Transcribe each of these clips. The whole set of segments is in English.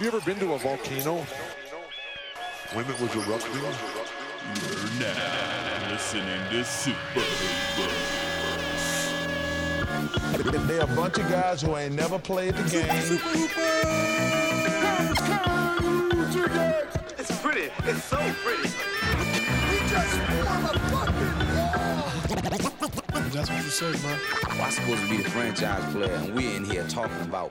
you ever been to a volcano? When it was erupting? You're now listening to Super Hoopers. They're a bunch of guys who ain't never played the game. It's pretty. It's so pretty. I'm supposed to be the franchise player, and we're in here talking about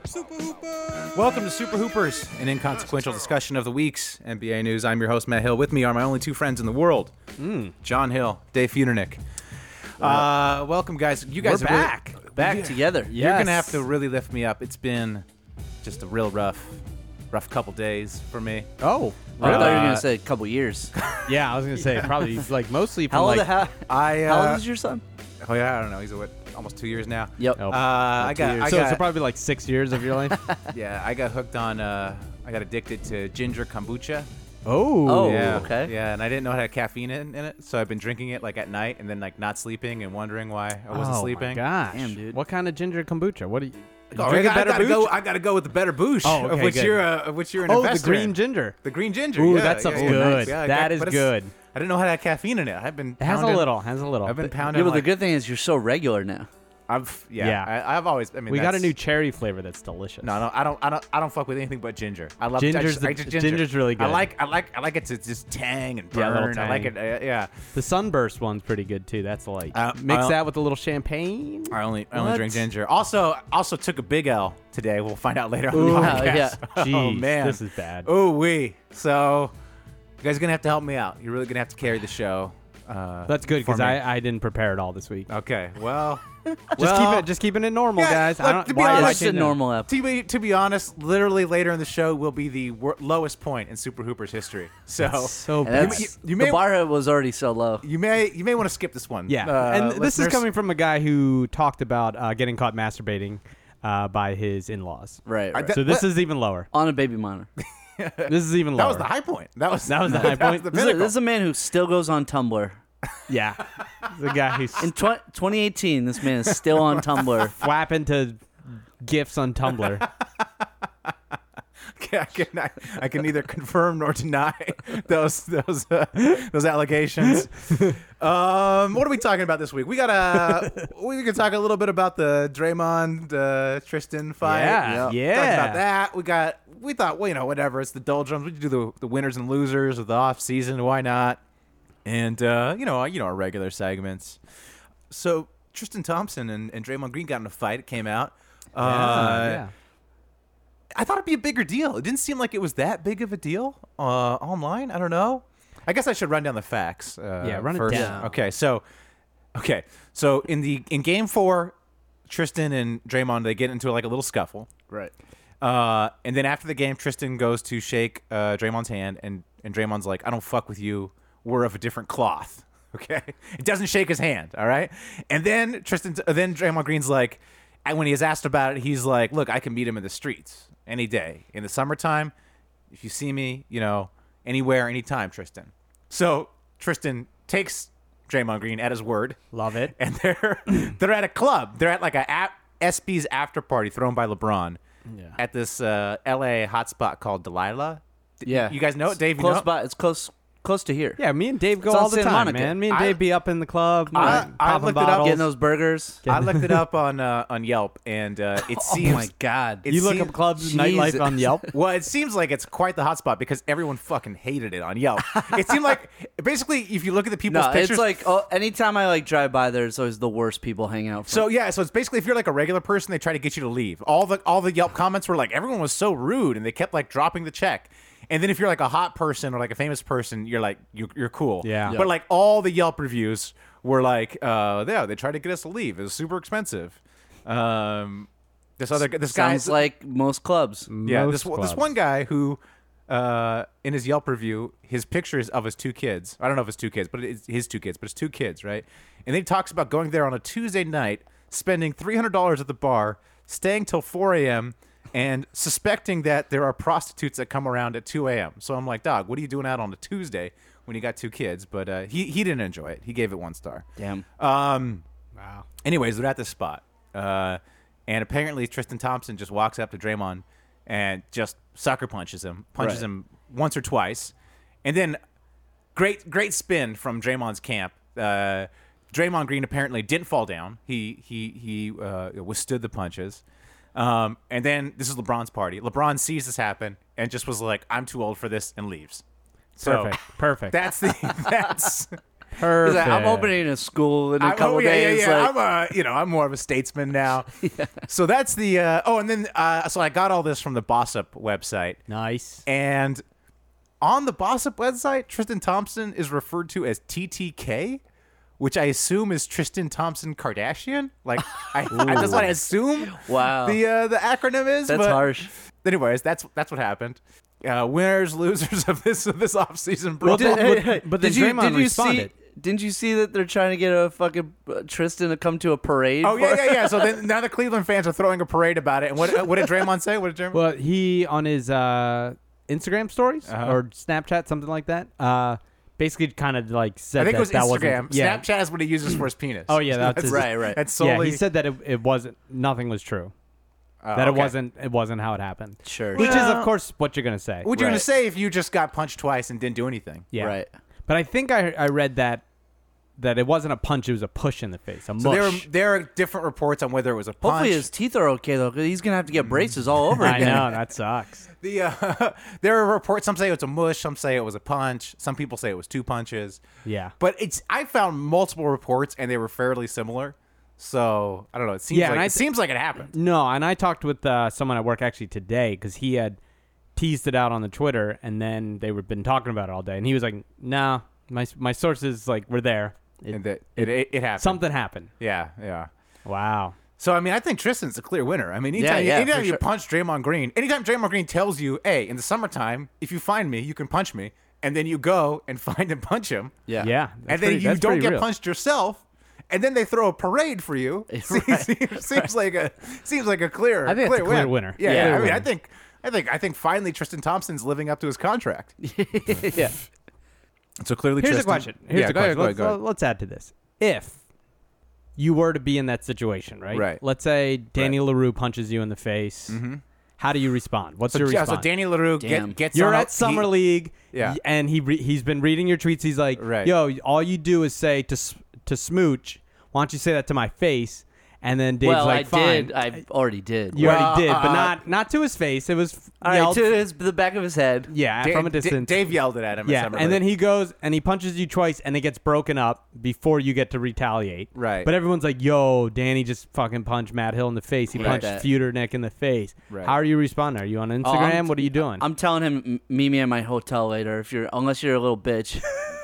Welcome to Super Hoopers, an inconsequential discussion of the week's NBA news. I'm your host, Matt Hill. With me are my only two friends in the world, John Hill, Dave Futernick. Uh, welcome, guys. You guys We're are really- back. Back together. You're gonna Yes. have to really lift me up. It's been just a real rough, rough couple days for me. Oh, I thought you were Uh, gonna say a couple years. Yeah, I was gonna say probably like mostly from How old? like how, I how uh, old is your son? oh yeah, I don't know. He's what almost two years now. Yep. Oh, Uh, I two got, years. I so, got so probably like six years of your life. yeah, I got hooked on. Uh, I got addicted to ginger kombucha. oh, Oh, yeah. okay. Yeah, and I didn't know it had caffeine in, in it, so I've been drinking it like at night and then like not sleeping and wondering why I wasn't oh sleeping. My gosh, Damn, dude. what kind of ginger kombucha? What do you? you Oh, I, drink a got, I better gotta go. kombucha? I gotta go with the better boosh, Oh, of okay, which good. you're, uh, of which you're an Oh, the investor green in. ginger. The green ginger. Ooh, yeah, that stuff's good. That is That is good. I didn't know how to have caffeine in it. I've been. It has a pounding- little. Has a little. I've been But pounding. Yeah, but the like- good thing is you're so regular now. I've yeah. Yeah. I, I've always. I mean, We got a that's- new cherry flavor that's delicious. No, no, I don't, I don't, I don't fuck with anything but ginger. I love I Ginger's just- I the- just ginger. ginger's really I good. like, I like, I like it to just tang and burn. Yeah, a little I like it. tang. Uh, yeah. the sunburst one's pretty good too. That's like Uh, Oh, mix I'll- that with a little champagne. I only, I only What? drink ginger. Also, also took a big L today. We'll find out later on the podcast. yeah. oh Jeez, man, this is bad. Oh we. So, you guys are gonna have to help me out. You're really gonna have to carry the show. Uh, That's good for because me. I, I didn't prepare at all this week. Okay. Well, Just keep well, it just keeping it normal, Yeah, guys. look, I don't, to be why Yeah, am I honest- it's just a changing it? normal app. To be, to be honest, literally later in the show will be the wor- lowest point in Super Hooper's history. So So And bad. that's, you- you may- the bar was already so low. you may you may want to skip this one. Yeah, Uh, and this is listeners. coming from a guy who talked about uh, getting caught masturbating uh, by his in-laws. Right. right. So this is even lower. On a baby monitor. This is even That lower. was the high point. That was That was the high point? the This is, a, pinnacle. this is a man who still goes on Tumblr. Yeah, the guy who's In tw- 2018, this man is still on Tumblr. flapping to gifts on Uh, Tumblr. I can, I, I can neither confirm nor deny those those uh, those allegations. Um, what are we talking about this week? We got to we can talk a little bit about the Draymond uh, Tristan fight. Yeah, Yeah. Talk about that. We got we thought well you know whatever it's the doldrums. We do the the winners and losers of the off season. Why not? And uh, you know you know our regular segments. So Tristan Thompson and, and Draymond Green got in a fight. It came out. Uh, yeah. I thought it'd be a bigger deal. It didn't seem like it was that big of a deal uh, online. I don't know. I guess I should run down the facts. Uh, Yeah, run it first. down. Okay, so okay, so in the in game four, Tristan and Draymond they get into like a little scuffle. right. Uh, and then after the game, Tristan goes to shake uh, Draymond's hand, and and Draymond's like, "I don't fuck with you. We're of a different cloth." Okay, it doesn't shake his hand. All right, and then Tristan, uh, then Draymond Green's like, and when he is asked about it, he's like, "Look, I can meet him in the streets any day in the summertime. If you see me, you know, anywhere, anytime, Tristan." So Tristan takes Draymond Green at his word Love it. and they're they're at a club. They're at like a ap- SB's after party thrown by LeBron at this uh, LA hotspot called Delilah. D- Yeah. you guys know it, Dave. You Close know it? by. It's close close to here. Yeah, me and Dave go It's on all the Santa time, Monica. man. Me and I- Dave be up in the club, I- like, I popping looked it up, bottles. Getting those burgers. I looked it up on uh, on Yelp, and uh, it seems. oh my God. it you look seems- up clubs, nightlife Jesus. on Yelp. Well, it seems like it's quite the hotspot because everyone fucking hated it on Yelp. it seemed like basically if you look at the people's no, pictures, it's like oh, anytime I like drive by there, it's always the worst people hang out. For. So yeah, so it's basically if you're like a regular person, they try to get you to leave. All the all the Yelp comments were like everyone was so rude, and they kept like dropping the check. And then if you're like a hot person or like a famous person, you're like you're, you're cool. Yeah. Yeah. But like all the Yelp reviews were like, uh, yeah, they tried to get us to leave. It was super expensive. Um, this other guy- this guy's sounds Mm. like most clubs. yeah, Most this one- this clubs. one guy who, uh, in his Yelp review, his picture is of his two kids. I don't know if it's two kids, but it's his two kids, but it's two kids, right? And then he talks about going there on a Tuesday night, spending three hundred dollars at the bar, staying till four a.m. And suspecting that there are prostitutes that come around at 2 a.m. So I'm like, dog, what are you doing out on a Tuesday when you got two kids? But uh, he, he didn't enjoy it. He gave it one star. Damn. Anyways, they're at this spot. Uh, and apparently Tristan Thompson just walks up to Draymond and just sucker punches him, punches Right. him once or twice, and then great great spin from Draymond's camp. Uh, Draymond Green apparently didn't fall down. He he he uh, withstood the punches. Um, and then this is LeBron's party. LeBron sees this happen and just was like, "I'm too old for this," and leaves. So Perfect. Perfect. that's the that's. perfect. He's like, I'm opening a school in a I'm- couple oh, yeah, days. Yeah, yeah. like- I'm a, you know, I'm more of a statesman now. So that's the. Uh, oh, and then uh, so I got all this from the Bossup website, Nice. and on the Bossup website, Tristan Thompson is referred to as TTK. Which I assume is Tristan Thompson Kardashian. Like I, I, that's what I assume. Wow. the uh, the acronym is. That's but- harsh. Anyways, that's that's what happened. Uh, winners, losers of this of this offseason. Bro, Well, did- Hey, But- hey, but then did you, Draymond did you responded. See, didn't you see that they're trying to get a fucking uh, Tristan to come to a parade? Oh yeah, for- yeah, yeah. So then now the Cleveland fans are throwing a parade about it. And what what did Draymond say? What did Draymond? Well, he on his uh, Instagram stories Uh-huh. or Snapchat, something like that. Uh, basically, kind of like said I think that it was that Instagram. wasn't. Yeah. Snapchat is what he uses for his penis. Oh, yeah, that's his- Right, right. That's Yeah, solely he said that it, it wasn't. Nothing was true. Oh, that it okay. wasn't. It wasn't how it happened. Sure, Which is, of Well- course, what you're gonna say. What you gonna Right. say if you just got punched twice and didn't do anything? yeah. Right. But I think I I read that that it wasn't a punch. It was a push in the face. A So there, mush. are, there are different reports on whether it was a punch. Hopefully his teeth are okay though. 'cause He's gonna have to get braces all over I again. know that sucks. the uh, there are reports. Some say it's a mush. Some say it was a punch. Some people say it was two punches. Yeah. But it's I found multiple reports and they were fairly similar. So I don't know. It seems Yeah, like and I it th- seems like it happened. No, and I talked with uh, someone at work actually today because he had teased it out on the Twitter, and then they were been talking about it all day, and he was like, "Nah, my my sources like were there. It- And that it, it, it happened. something happened." Yeah, yeah. Wow. So I mean, I think Tristan's a clear winner. I mean, anytime, Yeah, yeah, anytime for you sure. punch Draymond Green, anytime Draymond Green tells you, "Hey, in the summertime, if you find me, you can punch me," and then you go and find and punch him, Yeah. Yeah. that's and then pretty- you that's don't pretty get real. punched yourself, and then they throw a parade for you. seems, seems- seems like a seems like a clear. I think clear that's a clear win. winner. Yeah, Yeah. I Clear mean, I winner. think. I think I think finally Tristan Thompson's living up to his contract. yeah. So clearly, Here's a question. Here's a question. let's, let's add to this. If you were to be in that situation, right? Right. Mm-hmm. Let's say Danny LaRue punches you in the face. How do you respond? What's your So, yeah, response? so Danny Larue Damn. get, gets You're on a- at summer he- league, Yeah. y- and he re- he's been reading your tweets. He's like, Right. "Yo, all you do is say to s- to smooch. Why don't you say that to my face?" And then Dave's well, like, I "Fine, did. I already did. you Well, already did, uh, but not not to his face. It was All right, yelled, to his, the back of his head. yeah, Da- from a Da- distance. Dave yelled it at him. at yeah, summer and league. then he goes and he punches you twice, and it gets broken up before you get to retaliate. Right. But everyone's like, "Yo, Danny just fucking punched Matt Hill in the face. He Right. punched That- Feudernick in the face. Right. How are you responding? Are you on Oh, I'm- Instagram? what are you doing? I'm telling him "M- meet me at my hotel later. If you're unless you're a little bitch.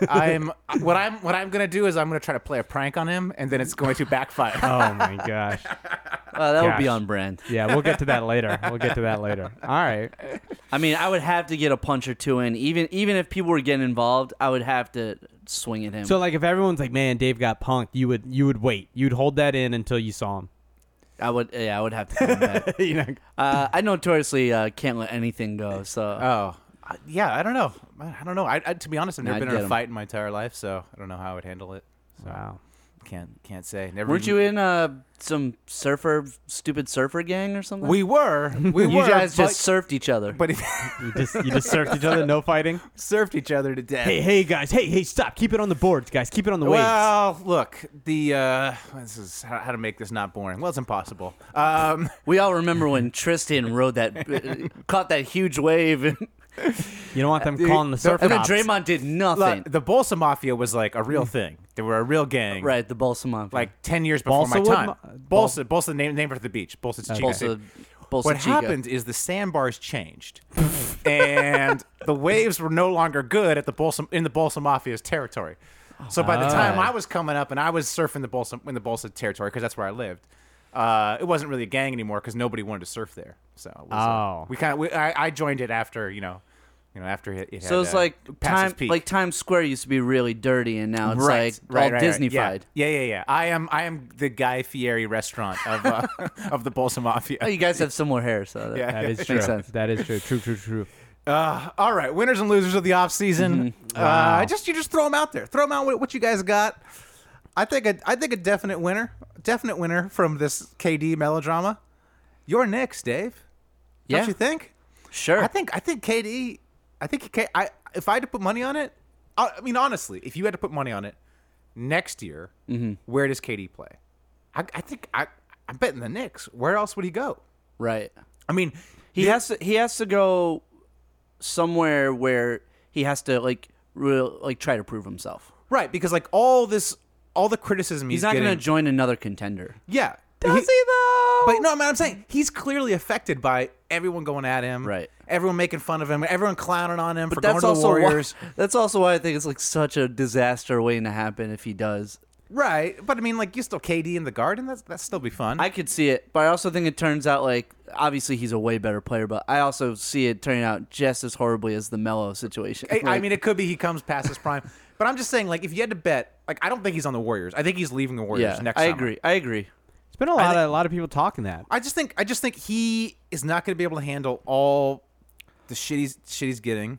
I'm what I'm what I'm gonna do is I'm gonna try to play a prank on him, and then it's going to backfire. oh my gosh. Uh, that would be Gosh. on brand. Yeah, we'll get to that later. We'll get to that later. All right. I mean, I would have to get a punch or two in. Even even if people were getting involved, I would have to swing at him. So like if everyone's like, "Man, Dave got punked," you would you would wait. You'd hold that in until you saw him. I would. Yeah, I would have to. Come back. you know. uh, I notoriously uh, can't let anything go. So uh, oh, I- yeah. I don't know. I I don't know. I, I to be honest, I've never Nah, been I'd in a get him. fight in my entire life, so I don't know how I would handle it. Wow. Can't can't say. Never. weren't even- you in uh, some surfer, stupid surfer gang or something? We were. We you were. guys but, just surfed each other. but he You just you just surfed each other, no fighting. surfed each other to death. Hey, hey guys. Hey, hey, stop. Keep it on the boards, guys. Keep it on the waves. well, look. The uh, this is how, how to make this not boring. Well, it's impossible. Um, we all remember when Tristan rode that, uh, caught that huge wave, and, You don't want them calling uh, the surf and then cops. Draymond did nothing. look, the Bolsa Mafia was like a real thing. They were a real gang. Hmm. right, the balsam on like 10 years before my Balsa wood time. ma- bal- Bolsa, Bolsa, name, name for the beach. Bolsa Chica. Bolsa- Bolsa what Chica. happened is the sandbars changed, and the waves were no longer good at the Bolsa in the Bolsa Mafia's territory. So by the time Ah. I was coming up and I was surfing the Bolsa in the Bolsa territory because that's where I lived, uh, it wasn't really a gang anymore because nobody wanted to surf there. So it was, uh, Oh. we kind of I, I joined it after you know, you know after it. it So had, it's uh, like passed its time, peak. like Times Square used to be really dirty, and now it's like all Disneyfied. Yeah. yeah, yeah, yeah. I am I am the Guy Fieri restaurant of uh, of the Bolsa Mafia. Oh, you guys have similar hair, so that, Yeah. That is true. Makes sense. That is true. True, true, true. Uh, all right, winners and losers of the off season. Mm-hmm. Uh, just you just throw them out there. Throw them out what, what you guys got. I think a, I think a definite winner, definite winner from this KD melodrama. You're next, Dave. Yeah. Don't you think? Sure. I think I think KD. I think K. I if I had to put money on it, I, I mean honestly, if you had to put money on it, next year, Mm-hmm. where does KD play? I, I think I I'm betting the Knicks. Where else would he go? right. I mean, He has to. He has to go somewhere where he has to like real like try to prove himself. right because like all this, all the criticism he's, He's, not going getting- to join another contender. Yeah, Does he though? But no, I mean, I'm saying he's clearly affected by everyone going at him. Right. Everyone making fun of him. Everyone clowning on him for going That's to the also why, Warriors. that's also why I think it's like such a disaster waiting to happen if he does. Right. But I mean, like you still KD in the Garden. That's that's still be fun. I could see it, but I also think it turns out like obviously he's a way better player, but I also see it turning out just as horribly as the Mello situation. I, I Like, mean, it could be he comes past his prime. But I'm just saying, like, if you had to bet, like, I don't think he's on the Warriors. I think he's leaving the Warriors yeah, next. I summer. agree. I agree. It's been a lot of a lot of people talking that. I just think I just think he is not going to be able to handle all the shit he's shit he's getting,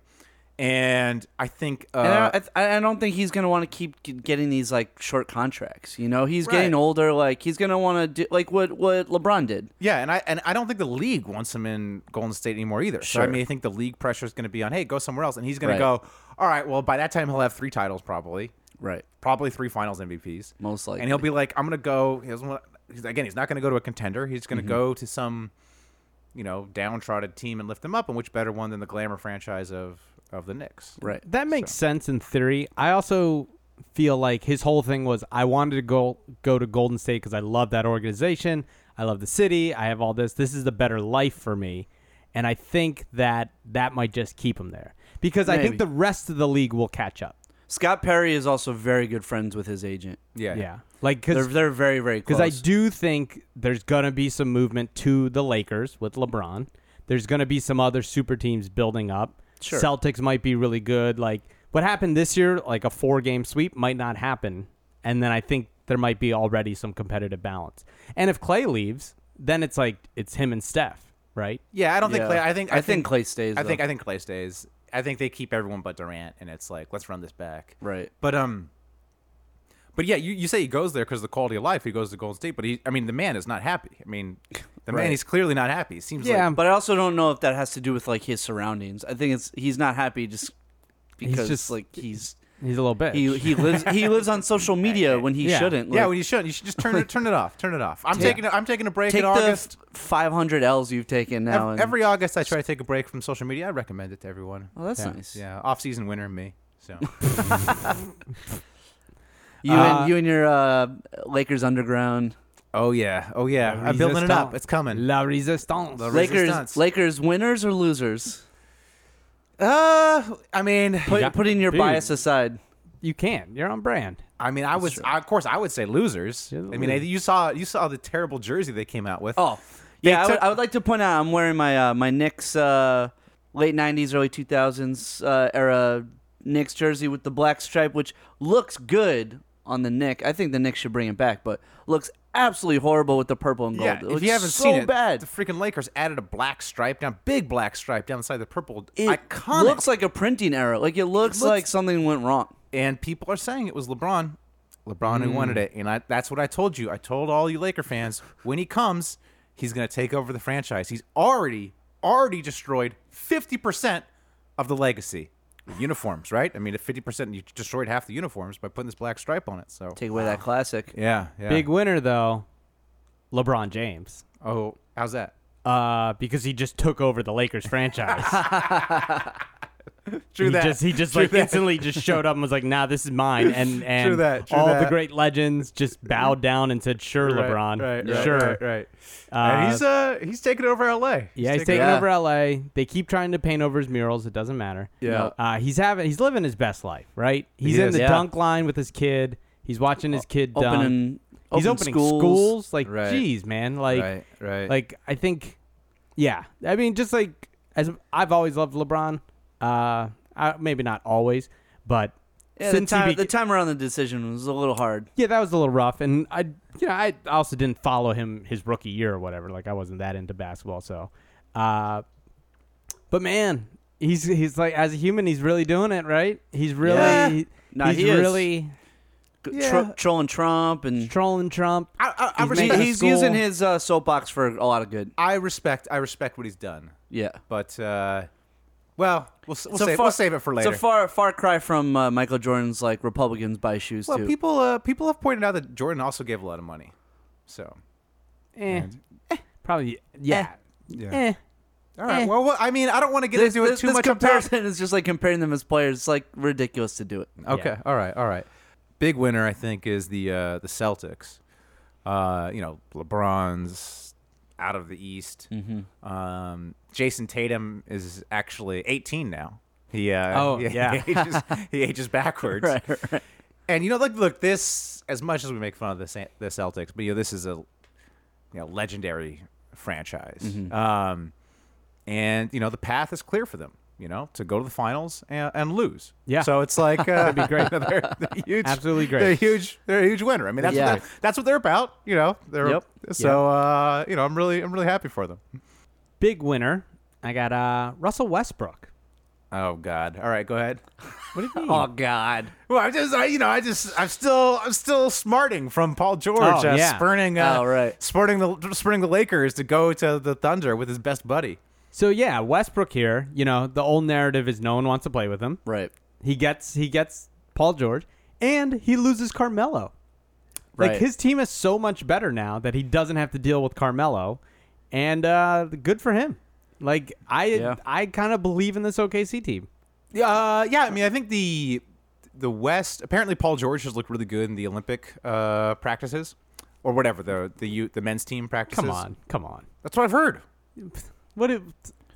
and I think uh, And I, don't- I, I don't think he's gonna want to keep g- getting these like short contracts. You know, he's Right. getting older. Like he's gonna want to do like what what LeBron did. Yeah, and I and I don't think the league wants him in Golden State anymore either. So I Sure. mean, I think the league pressure is going to be on, hey, go somewhere else, and he's going Right. to go. All right, well, by that time he'll have three titles probably, Right. probably three Finals MVPs, Most likely. and he'll be like, I'm going to go. He doesn't want. He's, again, he's not going to go to a contender. He's Mm-hmm. going to go to some, you know, downtrodden team and lift them up. And which better one than the glamour franchise of of the Knicks? Right. That makes sense in theory. I also feel like his whole thing was I wanted to go go to Golden State because I love that organization. I love the city. I have all this. This is the better life for me. And I think that that might just keep him there because I Maybe. think the rest of the league will catch up. Scott Perry is also very good friends with his agent. Yeah. Yeah. Like Eh. They're cuz they're very very close. because I do think there's going to be some movement to the Lakers with LeBron. There's going to be some other super teams building up. Sure. Celtics might be really good. Like what happened this year, like a four game sweep might not happen. And then I think there might be already some competitive balance. And if Clay leaves, then it's like it's him and Steph, right? Yeah, I don't think Yeah. Clay. I think I think Clay stays, I think though. I think Clay stays. I think they keep everyone but Durant, and it's like let's run this back. Right. But um. But yeah, you, you say he goes there because the quality of life. He goes to Golden State, but he, I mean, the man is not happy. I mean, the man Right. he's clearly not happy. It seems Yeah, like But I also don't know if that has to do with like his surroundings. I think it's he's not happy just because just- like he's He's a little bitch. he he lives he lives on social media when he Yeah. shouldn't. yeah, Like, well, you shouldn't. You should just turn it turn it off. Turn it off. I'm taking a, I'm taking a break take in the August. five hundred L's you've taken now. Ev- and, Every August, I try to take a break from social media. I recommend it to everyone. oh, that's Yeah. nice. Yeah, off season winner me. So You Uh, and you and your uh, Lakers underground oh yeah, oh yeah, I'm building it up. It's coming. La resistance. Resistance. Lakers Lakers winners or losers. Uh, I mean, Put, got- putting your dude. bias aside, you can. You're on brand. I mean, I was I, of course I would say losers. I Yeah, the mean, I- you saw you saw the terrible jersey they came out with. Oh, yeah. I took- would, I would like to point out I'm wearing my uh, my Knicks uh, late '90s, early 2000s uh, era Knicks jersey with the black stripe, which looks good on the Knick. I think the Knicks should bring it back, but looks absolutely horrible with the purple and gold. Yeah, oh, It if looks you haven't so seen it, bad. the freaking Lakers added a black stripe down, big black stripe down the side of the purple. It Iconic. looks like a printing error. Like it looks, looks- like something went wrong. and people are saying it was LeBron. LeBron who wanted it, and I, that's what I told you. I told all you Laker fans when he comes, he's going to take over the franchise. He's already already destroyed fifty percent of the legacy The uniforms. Right? I mean, if fifty percent, you destroyed half the uniforms by putting this black stripe on it. So Take away that classic. yeah, yeah. Big winner though, LeBron James. Oh, how's that? Uh, because he just took over the Lakers franchise. True he just he just like instantly just showed up and was like, "Nah, this is mine." And and True that, true all the that. great legends just bowed down and said, "Sure, LeBron, sure." right. Uh, he's uh he's taking over LA. yeah, he's taking over L.A. They keep trying to paint over his murals. It doesn't matter. Yeah. uh, he's having he's living his best life, right? He's in is. the Yeah. dunk line with his kid. He's watching his kid dunk. Opening, he's open opening schools. schools. Like, Right. geez, man, like. right, right. Like I think, yeah. I mean, just like as I've always loved LeBron. Uh, I, maybe not always, but Yeah, the, since time, he beca- the time around the decision was a little hard. yeah, that was a little rough, and I, you know, I also didn't follow him his rookie year or whatever. Like I wasn't that into basketball, so. Uh, but man, he's he's like as a human, he's really doing it, right? He's really Yeah. he- Nah, he's he is. really Tro- trolling Trump and trolling Trump. I, I, I He's respect, making He- a he's school. using his uh, soapbox for a lot of good. I respect I respect what he's done. Yeah. But uh, well, we'll, s- we'll, So save, far- we'll save it for later. So far, far cry from uh, Michael Jordan's like Republicans buy shoes well, too. people uh, people have pointed out that Jordan also gave a lot of money. So Eh. Probably. Yeah. Eh. yeah. All right. Well, well, I mean, I don't want to get into it too much up top. comparison is just like comparing them as players. It's like ridiculous to do it. Oh, Okay. All right. All right. Big winner, I think, is the uh, the Celtics. Uh, you know, LeBron's out of the East. Um, Jason Tatum is actually 18 now. He uh, Oh, he- yeah. he ages, he ages backwards. Right, right. And you know, like, look, this as much as we make fun of the Sa- the Celtics, but you know, this is a you know legendary franchise. Um, and you know, the path is clear for them. You know, to go to the finals and, and lose. Yeah. So it's like uh, that'd be great. They're, they're huge, Absolutely great. They're a huge. They're a huge winner. I mean, that's Yeah. what they're, that's what they're about. You know. They're, Yep. So uh, you know, I'm really I'm really happy for them. Big winner. I got uh, Russell Westbrook. Oh God. All right, go ahead. What do you mean? Oh God. Well, I'm just, I, you know, I just, I'm still, I'm still smarting from Paul George Oh, uh, yeah. spurning, uh, Oh, right. spurning the, spurning the Lakers to go to the Thunder with his best buddy. So yeah, Westbrook here. You know, the old narrative is no one wants to play with him. Right. He gets he gets Paul George, and he loses Carmelo. Right. Like his team is so much better now that he doesn't have to deal with Carmelo, and uh, good for him. Like I Yeah. I kind of believe in this OKC team. Yeah, uh, yeah. I mean, I think the the West. Apparently, Paul George has looked really good in the Olympic uh, practices, or whatever the the youth, the men's team practices. Come on, come on. that's what I've heard. What? It,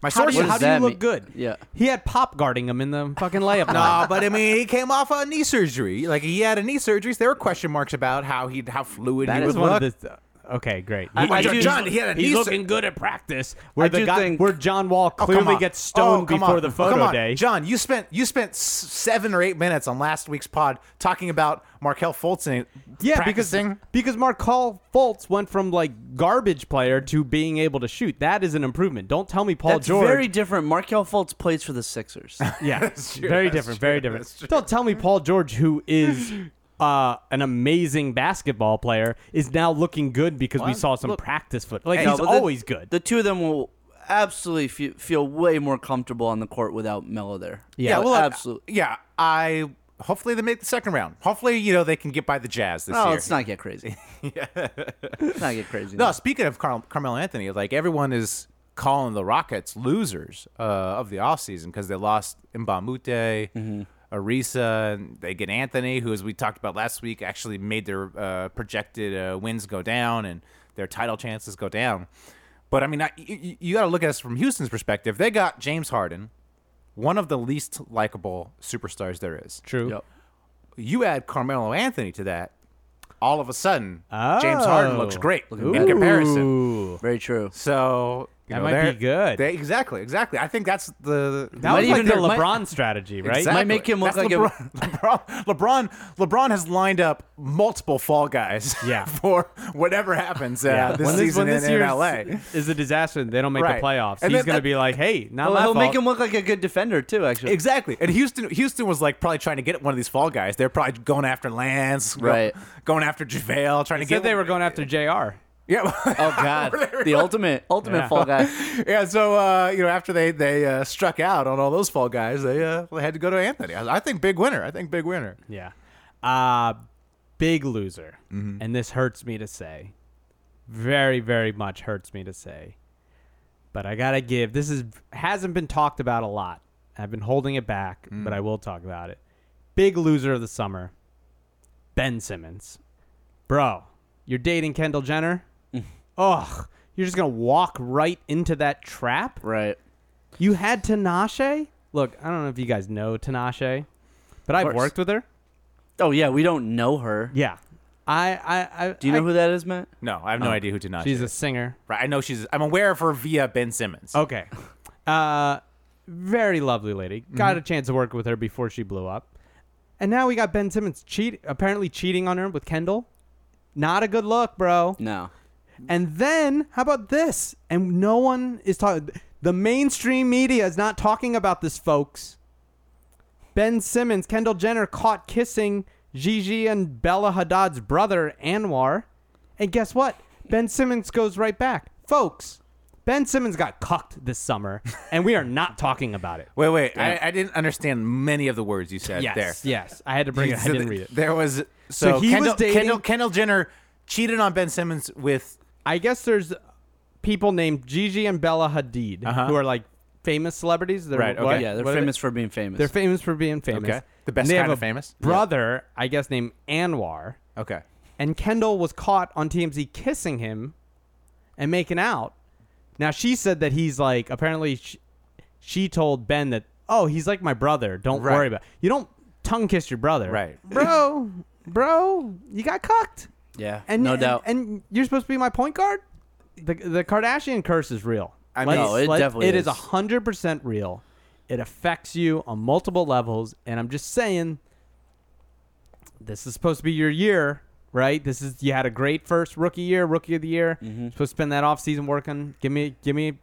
My how do sources. you, What how does do you that look mean? good? Yeah. He had pop guarding him in the fucking layup. line. Uh, but I mean, he came off a knee surgery. Like he had a knee surgery. So there were question marks about how he how fluid That he is would one look. of the. Okay, great. I- He- I he's- do- John, he had a he's knee sur- looking good at practice. Where the do guy, think- where John Wall Oh, come clearly on. gets Oh, stoned come before on. the Come photo on. day. John, you spent you spent s- seven or eight minutes on last week's pod talking about Markel Fulton. yeah, practicing. because because Markel Fultz went from like garbage player to being able to shoot. That is an improvement. Don't tell me Paul That's George. very different. Markel Fultz plays for the Sixers. yeah, true, very that's different. true, very that's different. true. Don't tell me Paul George, who is uh, an amazing basketball player, is now looking good because we Well, saw some look- practice foot. Like No, he's but the- always good. The two of them will absolutely fe- feel way more comfortable on the court without Melo there. Yeah, well, I- absolutely. yeah, I hopefully they make the second round. Hopefully, you know they can get by the Jazz this No, year. Oh, let's not get crazy. let's not get crazy. No, now. speaking of Carl, Carmelo Anthony, like everyone is calling the Rockets losers uh, of the offseason because they lost Mbamute, Mm-hmm. Arisa, and they get Anthony, who, as we talked about last week, actually made their uh, projected uh, wins go down and their title chances go down. But I mean, I, you, you got to look at us from Houston's perspective. They got James Harden, one of the least likable superstars there is. True. Yep. You add Carmelo Anthony to that. All of a sudden, James Harden looks Oh. great in Ooh. comparison. Very true. So you That know, might they're- be good. They, exactly, exactly. I think that's the That Might was like even- their might- LeBron strategy, right? Exactly. Might make him look That's like a- LeBron, LeBron, LeBron. LeBron has lined up multiple fall guys. Yeah. for whatever happens uh, this when season when in, in year's LA. is a disaster and they don't make Right. the playoffs. And He's then- going to be like, hey, not Well, my he'll fault. make him look like a good defender too. Actually, Exactly, and Houston, Houston was like probably trying to get one of these fall guys. They're probably going after Lance, go- Right. Going after Javale, trying to Said get. they were going after Jr. Yeah. Oh God, the ultimate, ultimate Yeah. fall guy. yeah, so uh, you know, after they they uh, struck out on all those fall guys, they uh, they had to go to Anthony. I, I think big winner. I think big winner. Yeah, uh, big loser, and this hurts me to say, very, very much hurts me to say, but I gotta give. This is hasn't been talked about a lot. I've been holding it back, but I will talk about it. Big loser of the summer, Ben Simmons, bro. You're dating Kendall Jenner. Ugh, you're just gonna walk right into that trap. Right. You had Tinashe? Look, I don't know if you guys know Tinashe, but I've course. worked with her. Oh yeah, we don't know her. Yeah. I, I, I Do you know who that is, Matt? No, I have Oh, no idea who Tinashe she's is. a singer? Right, I know she's. I'm aware of her via Ben Simmons. Okay. Uh, very lovely lady. Got a chance to work with her before she blew up, and now we got Ben Simmons cheat apparently cheating on her with Kendall. Not a good look, bro. No. And then how about this? And no one is talking. The mainstream media is not talking about this, folks. Ben Simmons, Kendall Jenner caught kissing Gigi and Bella Hadad's brother Anwar, and guess what? Ben Simmons goes right back, folks. Ben Simmons got cucked this summer, and we are not talking about it. Wait, wait. I, I didn't understand many of the words you said Yes, there. yes. I had to bring it. I So didn't th- read it. There was so, he was Kendall, dating- Kendall Kendall Jenner cheated on Ben Simmons with I guess there's people named Gigi and Bella Hadid Uh-huh. who are like famous celebrities. They're, Right, okay. what- Yeah, they're what are they? famous for being famous. They're famous for being famous. Okay. The best And they kind have of a famous? Brother, I guess, named Anwar. okay. And Kendall was caught on TMZ kissing him and making out. Now, she said that he's like, apparently, she, she told Ben that, oh, he's like my brother. Don't Right. worry about it. You don't tongue kiss your brother. Right. Bro, bro, you got cucked. yeah, And, no and- doubt. And you're supposed to be my point guard? The, the Kardashian curse is real. I Let's- know, it let- definitely It is. is 100% real. It affects you on multiple levels. And I'm just saying, this is supposed to be your year, right? This is you had a great first rookie year, rookie of the year. Supposed to spend that off season working. Give me, give me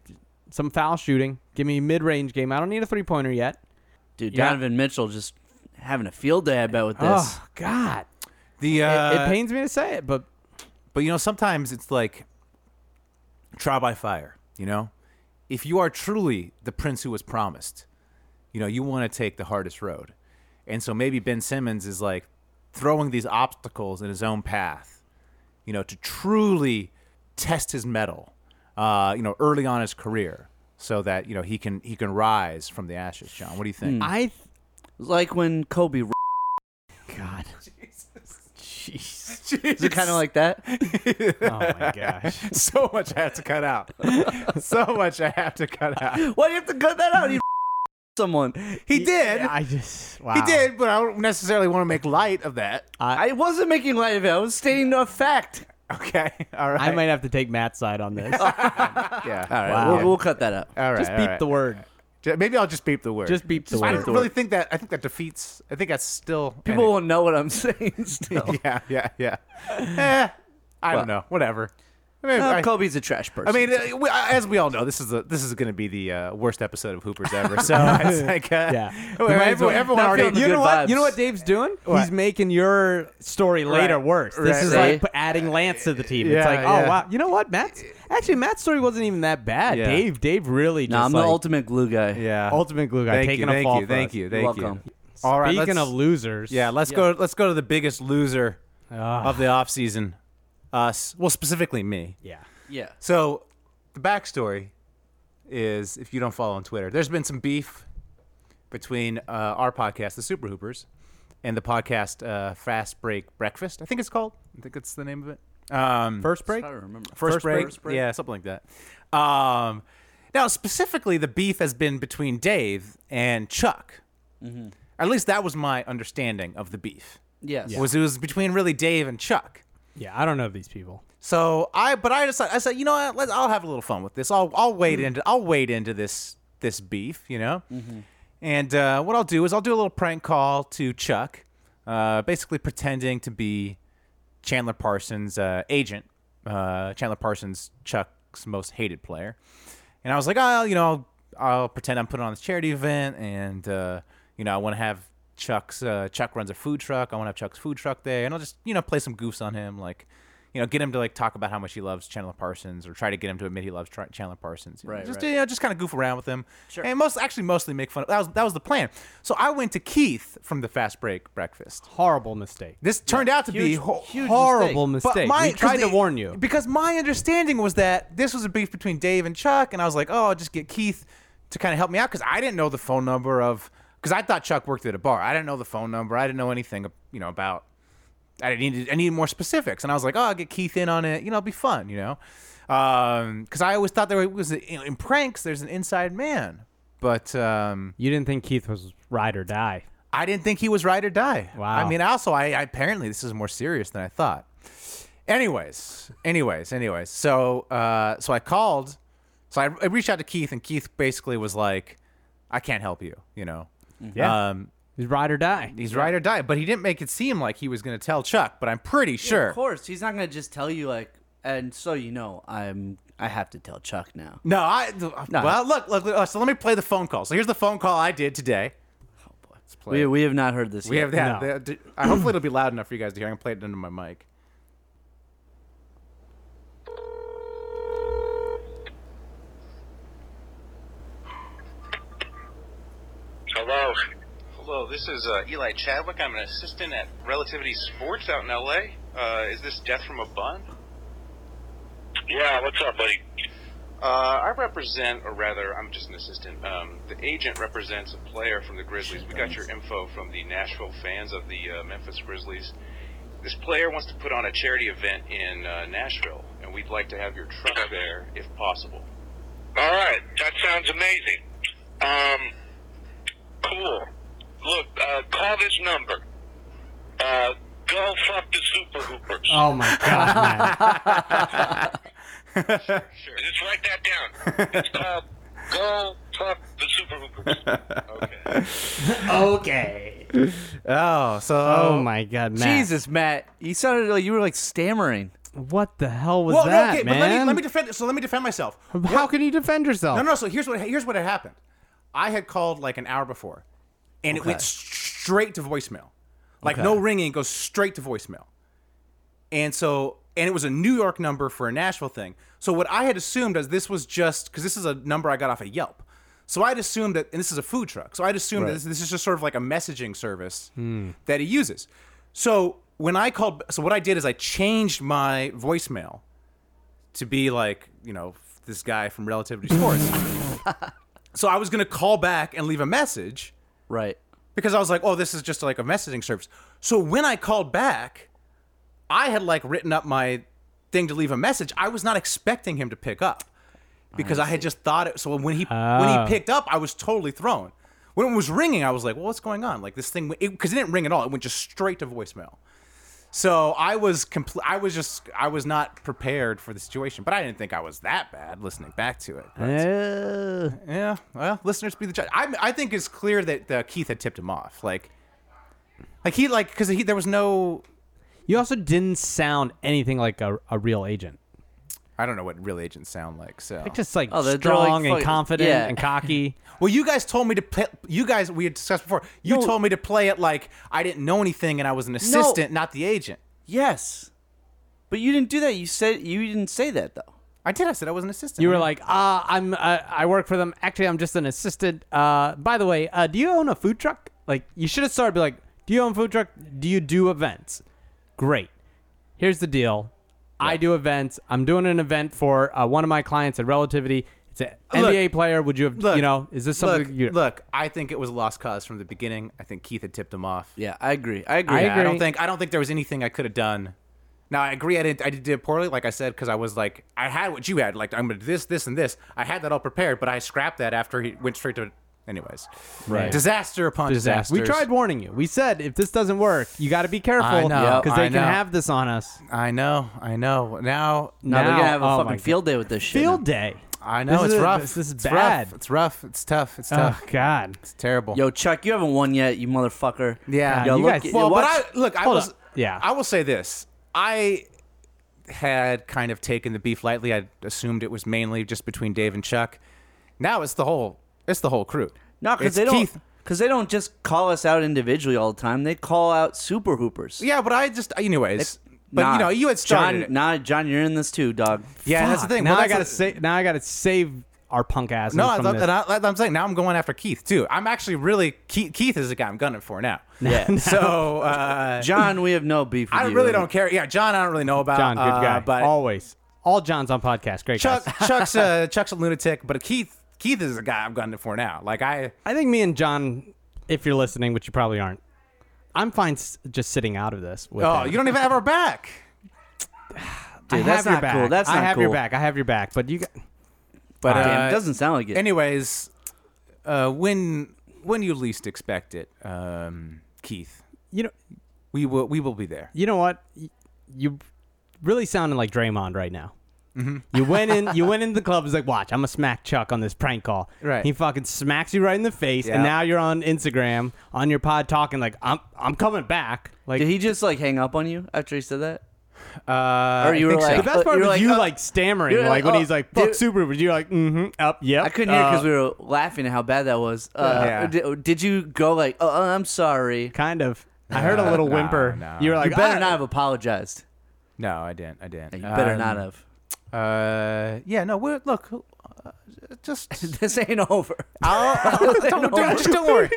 some foul shooting. Give me a mid range game. I don't need a three pointer yet. Dude, yeah. Donovan Mitchell just having a field day. I bet with this. Oh God, The it, uh, it pains me to say it, but But you know, sometimes it's like trial by fire. You know, if you are truly the prince who was promised, you know, you want to take the hardest road. And so maybe Ben Simmons is like throwing these obstacles in his own path, you know, to truly test his mettle, uh, you know, early on in his career, so that you know he can he can rise from the ashes. John, what do you think? I. Th- Like when Kobe. God. Is it kind of like that? Oh my gosh. so much I have to cut out. so much I have to cut out. Why do you have to cut that out? He someone. He did. I just. Wow. Uh, He did, but I don't necessarily want to make light of that. I wasn't making light of it. I was stating a fact. Okay. All right. I might have to take Matt's side on this. Yeah. All right, Wow. we'll, we'll cut that out. All right. just all beep right. the word. Ju- Maybe I'll just beep the word. Just beep the I word. don't really think that. I think that defeats. I think that's still. People will know what I'm saying. Still, Uh, Yeah. Yeah. Yeah. eh, I don't know. Whatever. I mean, uh, No, I, Kobe's a trash person. I mean uh, we, as we all know, this is the this is going to be the uh, worst episode of Hoopers ever. So it's like, uh, Yeah. well, You might as well- everyone, everyone Not already. feeling You Good know what? You vibes. know what Dave's doing? What? He's making your story later Right. worse. This Right, is right. like p- adding Lance to the team. Yeah, it's like, yeah. oh wow. You know what, Matt's actually Matt's story wasn't even that bad. Yeah. Dave, Dave really just no, I'm like, the ultimate glue guy. yeah. ultimate glue guy Thank taking you. a Thank fall. you. for Thank us. you. You're Thank you. welcome. All right. Speaking let's- of losers, Yeah, let's go. Let's go to the biggest loser Ugh. of the offseason. Us, well, specifically me. yeah. Yeah. So, the backstory is if you don't follow on Twitter, there's been some beef between uh, our podcast, The Super Hoopers, and the podcast uh, Fast Break Breakfast. I think it's called. I think it's the name of it. Um, First break. I remember. First, break, First break. Yeah, something like that. Um, now, specifically, the beef has been between Dave and Chuck. At least that was my understanding of the beef. Yes. Was it was between really Dave and Chuck. Yeah, I don't know these people. So I, but I decided. I said, you know what? Let's, I'll have a little fun with this. I'll, I'll wade into, I'll wade into this, this beef. You know. And uh, what I'll do is I'll do a little prank call to Chuck, uh, basically pretending to be Chandler Parsons' uh, agent, uh, Chandler Parsons, Chuck's most hated player. And I was like, oh, you know, I'll, I'll pretend I'm putting on this charity event, and uh, you know, I want to have Chuck's uh, Chuck runs a food truck. I want to have Chuck's food truck there, and I'll just you know play some goofs on him, like you know, get him to like talk about how much he loves Chandler Parsons, or try to get him to admit he loves Tr- Chandler Parsons. Right, Just right. you know, just kind of goof around with him, and most actually mostly make fun. of That was that was the plan. So I went to Keith from the Fast Break Breakfast. Horrible mistake. This turned out to be ho- huge Horrible mistake. mistake. we 'cause tried to the- warn you. because my understanding was that this was a beef between Dave and Chuck, and I was like, oh, I'll just get Keith to kind of help me out because I didn't know the phone number of because I thought Chuck worked at a bar. I didn't know the phone number. I didn't know anything, you know, about. I needed I needed more specifics, and I was like, oh, I'll get Keith in on it. You know, it'll be fun. You know, because I always thought there was you know, in pranks there's an inside man, but um, You didn't think Keith was ride or die. I didn't think he was ride or die. Wow. I mean, also, I, I apparently this is more serious than I thought. Anyways, anyways, anyways. So, uh, so I called. So I, I reached out to Keith, and Keith basically was like, "I can't help you," you know. Mm-hmm. Yeah. Um, He's ride or die. he's ride or die, but he didn't make it seem like he was going to tell Chuck. But I'm pretty sure. Of course, he's not gonna just tell you like, and so you know, I'm. I have to tell Chuck now. No, I. Well, look, look, look. So let me play the phone call. So here's the phone call I did today. Let's play. We, it. we have not heard this. We yet. have that. No. that- I- hopefully, it'll be loud enough for you guys to hear. I'm gonna play it under my mic. Hello. Hello, this is uh, Eli Chadwick. I'm an assistant at Relativity Sports out in LA. Uh, is this Death from a Bun? Yeah, what's up, buddy? Uh, I represent, or rather, I'm just an assistant. Um, the agent represents a player from the Grizzlies. We got your info from the Nashville fans of the uh, Memphis Grizzlies. This player wants to put on a charity event in uh, Nashville, and we'd like to have your truck there if possible. All right, that sounds amazing. Um, cool. Look, uh, call this number. Uh, go fuck the Super Hoopers. Oh my god, man. Sure. Just write that down. It's called Go Fuck the Super Hoopers. Okay. okay. Oh, so Oh my god, man. Jesus, Matt, you sounded like you were like stammering. What the hell was Well, no, that, okay, man? but let me, let me defend. So let me defend myself. How can you defend yourself? No, no. So here's what here's what had happened. I had called like an hour before, and it went straight to voicemail. Like no ringing, it goes straight to voicemail. And so, and it was a New York number for a Nashville thing. So what I had assumed is this was just because this is a number I got off of Yelp. So I'd assumed that, and this is a food truck. So I'd assumed that this, this is just sort of like a messaging service Hmm. that he uses. So when I called, so what I did is I changed my voicemail to be like, you know, this guy from Relativity Sports. so I was going to call back and leave a message Right. because I was like, oh, this is just like a messaging service. So when I called back, I had like written up my thing to leave a message. I was not expecting him to pick up because I, had just thought it. So when he when Ah. he picked up, I was totally thrown. When it was ringing, I was like, well, what's going on? Like this thing because it, didn't ring at all. It went just straight to voicemail. So I was compl- I was just I was not prepared for the situation, but I didn't think I was that bad listening back to it. But- Uh, yeah, well, listeners be the judge. I, I think it's clear that uh, Keith had tipped him off. Like, like he like because he there was no. you also didn't sound anything like a, a real agent. I don't know what real agents sound like. So Like just like Oh, they're- they're, like, strong and fucking- confident yeah. and cocky. well, you guys told me to play. You guys we had discussed before. You told me to play it like I didn't know anything and I was an assistant, not the agent. Yes. But you didn't do that. You said you didn't say that though. I did. I said I was an assistant. You were like, uh, I'm, uh, I work for them. Actually, I'm just an assistant. Uh, by the way, uh, do you own a food truck? Like, you should have started be like, do you own a food truck? Do you do events? Great. Here's the deal. I do events. I'm doing an event for uh, one of my clients at Relativity. It's an Look. NBA player. Would you have, Look, you know, is this something? Look, you, look, I think it was a lost cause from the beginning. I think Keith had tipped him off. Yeah, I agree. I agree. I Yeah, I don't agree. think I don't think there was anything I could have done. Now I agree I did I did it poorly, like I said, because I was like I had what you had, like I'm gonna do this, this, and this. I had that all prepared, but I scrapped that after he went straight to. Anyways, Right. Disaster upon disaster. disaster. We tried warning you. We said if this doesn't work, you got to be I careful know, because I they can know. have this on us. I know. I know. Now, Now, they're gonna Now- have a oh my fucking God. field day with this shit. Field day. I know This it's is- rough. This, this is it's bad. Rough. It's rough. It's tough. It's Oh tough. God. It's terrible. Yo, Chuck, you haven't won yet, you motherfucker. Yeah. Yo, you look, guys- well, well, watch, but I look. I Hold was. up. Yeah. I will say this. I had kind of taken the beef lightly. I assumed it was mainly just between Dave and Chuck. Now it's the whole. It's the whole crew. no, because It's they don't Keith. because they don't just call us out individually all the time. They call out super hoopers. Yeah, but I just. Anyways. but Nah, you know, you had started. John, it. Nah, John, you're in this too, dog. yeah, that's the Fuck, thing. Now Well, I that's gotta the- save. Now I gotta save our punk ass. No, from I, this. and I, I'm saying now I'm going after Keith too. I'm actually really Keith. Keith is the guy I'm gunning for now. Yeah. So uh, John, we have no beef. With I you, really don't care. Yeah, John, I don't really know about. John, good uh, guy, But always. All John's on podcast. Great Chuck, guys. Chuck's a, Chuck's a lunatic, but Keith Keith is the guy I'm gunning for now. Like I, I think me and John, if you're listening, which you probably aren't, I'm fine s- just sitting out of this. With oh, him. you don't even have our back. I Dude, that's have your not back. cool. That's I not have your cool. back. I have your back. But you, g- But Damn, uh, it doesn't sound like it. Anyways, uh, when when you least expect it, um, Keith, you know, we will we will be there. you know what? Y- You really sounding like Draymond right now. You went in. You went into the club. Was like, watch. I'm gonna smack Chuck on this prank call. Right. He fucking smacks you right in the face, Yeah. and now you're on Instagram on your pod talking like, I'm I'm coming back. Like Did he just like hang up on you after he said that? Uh, Or you I were think so. The like- best part you're was like, you uh, like stammering, you're like like, when uh, he's like "fuck dude- super," but you're like "mm-hmm," up, yep. I couldn't hear because uh, we were laughing at how bad that was. Uh, Yeah. did, did you go like, "Oh, uh, I'm sorry"? kind of. I heard a little nah, whimper. nah. You were like, You better "Ah." not have apologized. no, I didn't. I didn't. You better Um, not have. Uh, yeah, no. We're, look, Just this ain't over. don't, don't- just don't worry.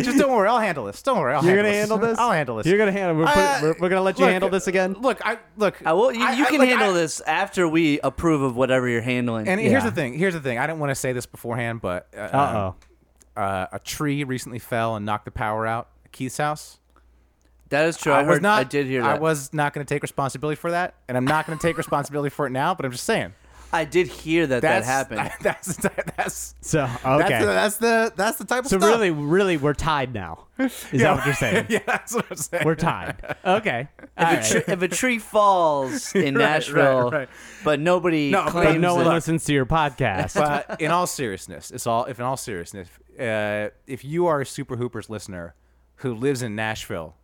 Just don't worry. I'll handle this. Don't worry. I'll You're gonna handle handle this. this. I'll handle this. You're gonna handle. We're, put- Uh, we're, we're gonna let you look, handle this again. Look, I look. I will. You, I- you I- can like, handle I- this after we approve of whatever you're handling. And here's Yeah. the thing. Here's the thing. I didn't want to say this beforehand, but uh, Uh oh. uh, a tree recently fell and knocked the power out at Keith's house. that is true. I, heard. I did hear that. I was not going to take responsibility for that, and I'm not going to take responsibility for it now. But I'm just saying I did hear that that that's, happened. That's that's So that's, the, okay. that's the that's the type of So stuff. really, really, we're tied now. Is that what you're saying? yeah, that's what I'm saying. We're tied. Okay. if, All right. a tree, if a tree falls in Nashville, right. but nobody No, but claims But no one it, listens to your podcast. but in all seriousness, it's all if in all seriousness, uh, if you are a Super Hoopers listener who lives in Nashville,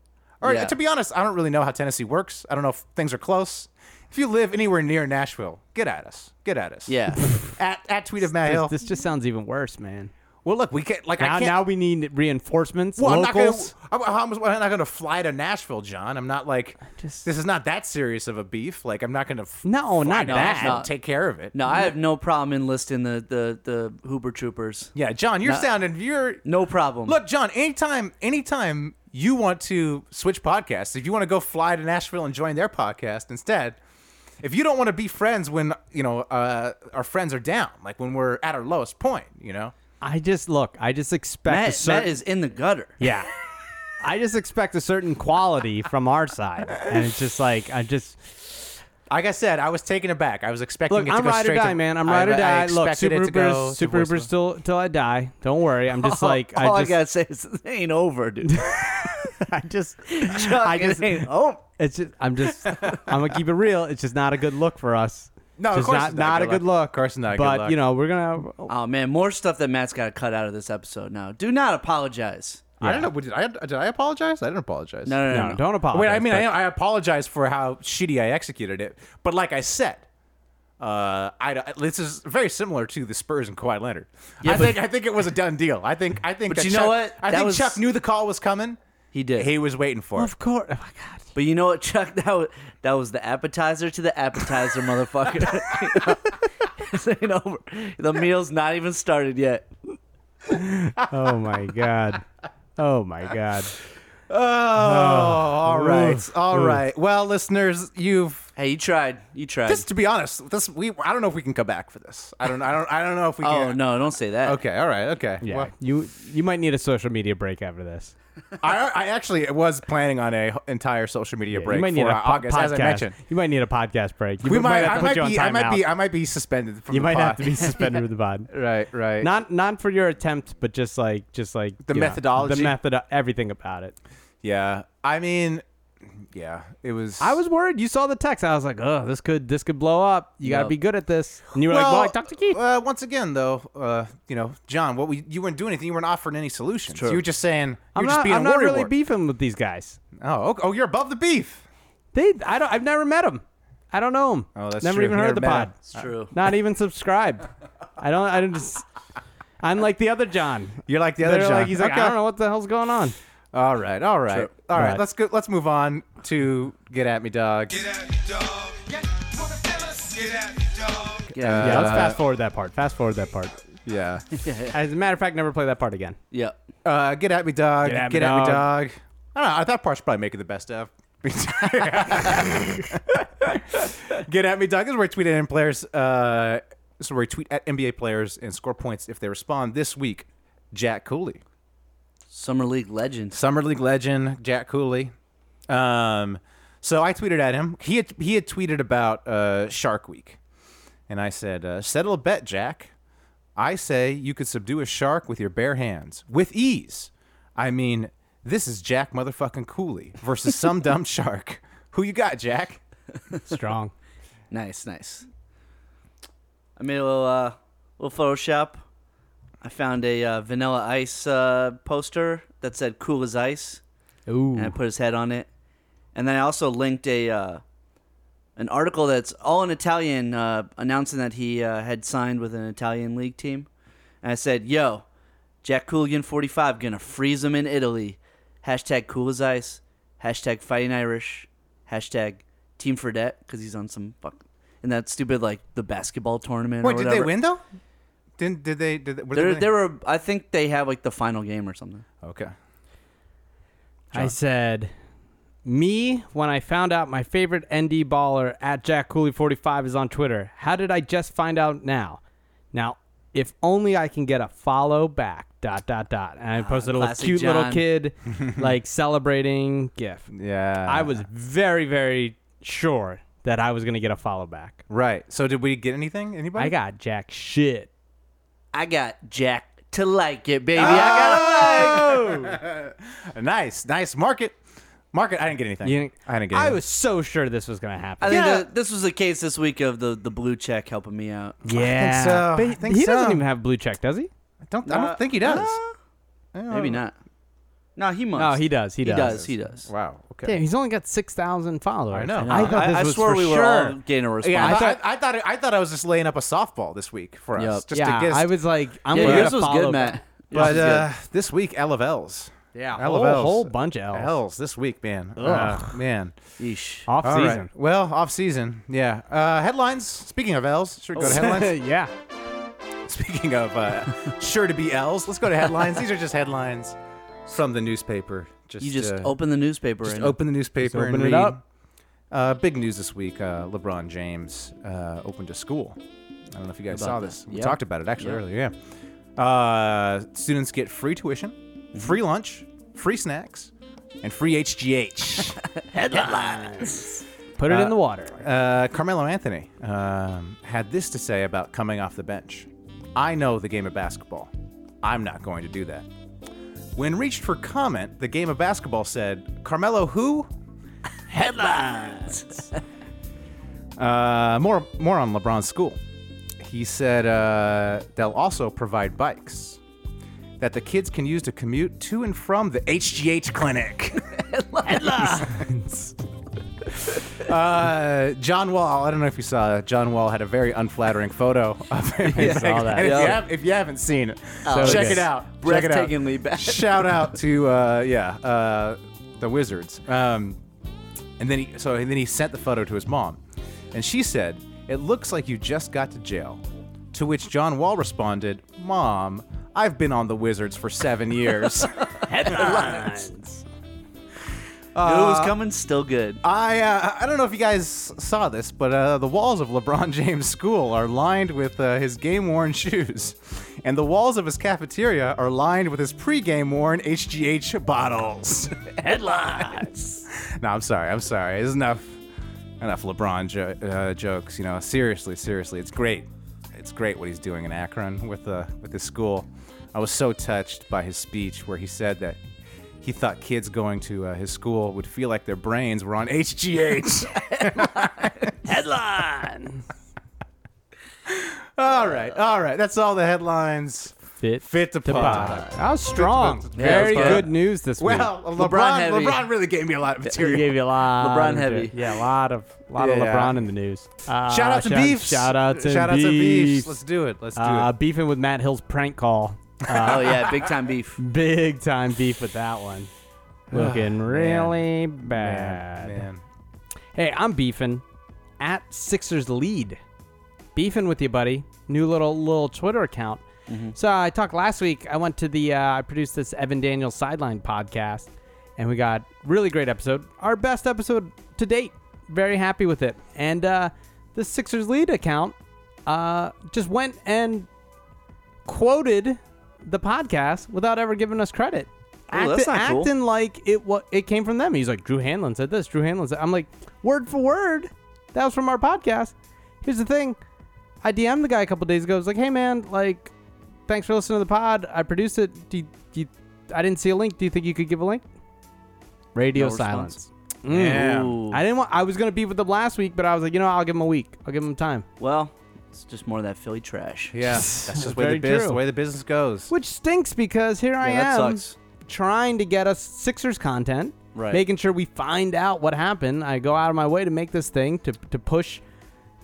or Yeah. to be honest, I don't really know how Tennessee works. I don't know if things are close. If you live anywhere near Nashville, get at us. Get at us. Yeah. at at tweet of Matt Hill. This, this just sounds even worse, man. well, look, we can't like Now, I can't. now we need reinforcements. well, I'm not gonna. locals. I'm, I'm I'm not gonna fly to Nashville, John. I'm not like. this is not that serious of a beef. Like I'm not gonna. f- fly No, not to that. Nashville and Not- Take care of it. no, I have no problem enlisting the the the Hooper Troopers. Yeah, John, you're sounding. You're No problem. Look, John, anytime anytime you want to switch podcasts, if you want to go fly to Nashville and join their podcast instead, if you don't want to be friends when, you know, uh, our friends are down, like when we're at our lowest point, you know? I just look. I just expect a Matt, Matt certain. is in the gutter. yeah. I just expect a certain quality from our side, and it's just like I just Like I said, I was taken aback. I was expecting look. it to I'm go ride straight or die, to, man. I'm I- ride or I die. Look, expected Super it to go Hoopers, to Oh, Super Hoopers voicemail. till till I die. Don't worry. I'm just like All I I, just gotta say is it ain't over, dude. I just I I just ain't over. it's just I'm just I'm gonna keep it real. It's just not a good look for us. No, of just course not, it's not a a good look. Of course it's not a good But look. you know we're gonna. Oh man, more stuff that Matt's gotta cut out of this episode now. Do not apologize. I don't know. Did I, did I apologize? I didn't apologize. No, no, no. no, no. don't apologize. Wait, I mean, but- I, I apologize for how shitty I executed it, but like I said, uh, I this is very similar to the Spurs and Kawhi Leonard. I but- think I think it was a done deal. I think I think. But that you Chuck, know what? I That think was- Chuck knew the call was coming. He did. He was waiting for it. of course. Oh my god. But you know what, Chuck? That was, that was the appetizer to the appetizer, motherfucker. this ain't over. The meal's not even started yet. Oh my god. Oh my god. Oh, all right, oof, all oof. right. Well, listeners, you've Hey, you tried. You tried. this. To be honest, this we I don't know if we can come back for this. I don't. I don't. I don't know if we oh can. no, don't say that. Okay. All right. Okay. Yeah. Well, you you might need a social media break after this. I, I actually was planning on a entire social media break you might for need a uh, po- August, podcast. as I mentioned. You might need a podcast break. You we might, have I to might put you on be, I might timeout. be, I might be suspended from You the might pod. have to be suspended with the pod. right, right. Not not for your attempt, but just like just like The you know, methodology? the method, everything about it. yeah. I mean, yeah. It was. I was worried. You saw the text. I was like, oh, this could this could blow up. You gotta Yep. be good at this. And you were well, like, well, Doctor Keith. Uh, once again, though, uh, you know, John, what we you weren't doing anything. You weren't offering any solutions. You were just saying you I'm were just not. being I'm a not worrywart. really beefing with these guys. oh, okay. oh, you're above the beef. They. I don't. I've never met them. I don't know them. Oh, that's never true. even You heard never of the met pod. 'em. It's true. Not even subscribed. I don't. I don't just. I'm like the other John. You're like the other They're John. Like, he's like, Okay. I don't know what the hell's going on. All right, all right, Sure. all right. Right. Let's go. Let's move on to get at me, dog. Yeah. Yeah, let's Uh, fast forward that part. Fast forward that part. Yeah. As a matter of fact, never play that part again. yeah. Uh, get at me, dog. Get at me, dog. I don't know. That part's probably making the best of. get at me, dog. This is where we tweet at in players. Uh, this is where we tweet at NBA players and score points if they respond this week. Jack Cooley, Summer League legends. summer league legend, Jack Cooley. Um, so I tweeted at him. He had, he had tweeted about uh, Shark Week, and I said, uh, "Settle a bet, Jack." I say you could subdue a shark with your bare hands with ease. I mean, this is Jack motherfucking Cooley versus some dumb shark. Who you got, Jack? Strong. Nice, nice. I made a little uh, little Photoshop. I found a uh, Vanilla Ice uh, poster that said "Cool as Ice." Ooh. and I put his head on it. And then I also linked a uh, an article that's all in Italian uh, announcing that he uh, had signed with an Italian league team. And I said, "Yo, Jack Cooligan, 45, gonna freeze him in Italy. Hashtag cool as ice. Hashtag fighting Irish. Hashtag Team Fredette because he's on some fuck in that stupid like the basketball tournament. or Wait, did they whatever. win though? Didn't did they? Did they, were There, winning? there were. I think they have like the final game or something. okay. I said, me when I found out my favorite ND baller at Jack Cooley 45 is on Twitter. How did I just find out now? Now, if only I can get a follow back. Dot dot dot. And I posted a little classic cute little John. kid like celebrating gif. Yeah, I was very very sure that I was gonna get a follow back. right. So did we get anything? Anybody? I got jack shit. I got Jack to like it, baby. I got. nice, nice. Market, market. I didn't get anything. You didn't- I didn't get. I anything. was so sure this was gonna happen. I think Yeah. that this was the case this week of the the blue check helping me out. yeah, so. But I think he so. doesn't even have blue check, does he? I don't. I don't think he does. Maybe not. No, he must. No, Oh, he does. He, He does. He does. Wow. Okay. Damn, he's only got six thousand followers. I know. I thought this I, I was swear for we sure. were all getting a response. Yeah, I, I thought, I, thought I thought I was just laying up a softball this week for us. Yep. Just yeah, to guess. I was like, I'm yeah, gonna yours get a was follow good, back. Matt. but Yours was uh, good. this week, LFLs. Yeah, Hell whole, of L's. whole bunch of L's. L's this week, man. Ugh. Uh, man. Yeesh. Off All right. season. Well, off season. Yeah. Uh, headlines. Speaking of L's, should we Oh. go to headlines? yeah. Speaking of uh, sure to be L's, let's go to headlines. These are just headlines from the newspaper. Just you just uh, open the newspaper just and open the newspaper Just and open it read. up. Uh, big news this week. Uh, LeBron James uh, opened a school. I don't know if you guys saw that. this. We Yeah. talked about it actually earlier. Yeah. Uh, students get free tuition, Mm-hmm. free lunch, free snacks, and free HGH. Put it in the water. uh, Carmelo Anthony um, had this to say about coming off the bench. I know the game of basketball. I'm not going to do that. When reached for comment, the game of basketball said, Carmelo who? Headlines. uh, more, more on LeBron's school. He said uh, they'll also provide bikes that the kids can use to commute to and from the HGH clinic. Uh, John Wall, I don't know if you saw it. John Wall had a very unflattering photo of him. saw And that. if, you Yeah. have, if you haven't seen it, So check good. it out. Check it out. Breathtakingly bad. Shout out to uh, yeah, uh, the Wizards. Um, and then he so and then he sent the photo to his mom, and she said, "It looks like you just got to jail." To which John Wall responded, "Mom, I've been on the Wizards for seven years." headlines. Uh, Knew it was coming. Still good. I uh, I don't know if you guys saw this, but uh, the walls of LeBron James' school are lined with uh, his game-worn shoes, and the walls of his cafeteria are lined with his pre-game-worn HGH bottles. Headlines. no, I'm sorry. I'm sorry. It's enough. Enough LeBron jo- uh, jokes. You know, seriously, seriously, it's great. It's great what he's doing in Akron with uh, with his school. I was so touched by his speech where he said that he thought kids going to uh, his school would feel like their brains were on HGH. Headlines. all right, all right. That's all the headlines. Fit, Fit to pot. That was strong. Fit to pot. Yeah, Very it was good good. news this week. Well, LeBron, LeBron LeBron, heavy. really gave me a lot of he material. gave you a lot. LeBron of heavy. it. Yeah, a lot of lot of Yeah. LeBron in the news. Uh, shout out to Beefs. Shout out to shout out to Beefs. Beefs. Let's do it. Let's do Uh, it. beefing with Matt Hill's prank call. oh yeah, big time beef. Big time beef with that one. Looking really bad. Man, Hey, I'm beefing at Sixers lead. Beefing with you, buddy. New little little Twitter account. Mm-hmm. So uh, I talked last week. I went to the uh, I produced this Evan Daniels sideline podcast, and we got really great episode. Our best episode to date. Very happy with it. And uh, the Sixers lead account uh, just went and quoted the podcast without ever giving us credit. Oh, that's not cool. acting like it wa- it came from them. He's like, Drew Hanlon said this. Drew Hanlon said. I'm like, word for word, that was from our podcast. Here's the thing, I DM'd the guy a couple days ago. I was like, hey man, like, thanks for listening to the pod. I produced it. Do you, do you, I didn't see a link. Do you think you could give a link? Radio No response. silence. Mm. Ooh. I didn't want. I was gonna beef with them last week, but I was like, you know, I'll give him a week. I'll give him time. Well, it's just more of that Philly trash. yeah, that's just the way the Very business, true. the way the business goes. Which stinks because here I Yeah, that am sucks. trying to get us Sixers content, Right. making sure we find out what happened. I go out of my way to make this thing to, to push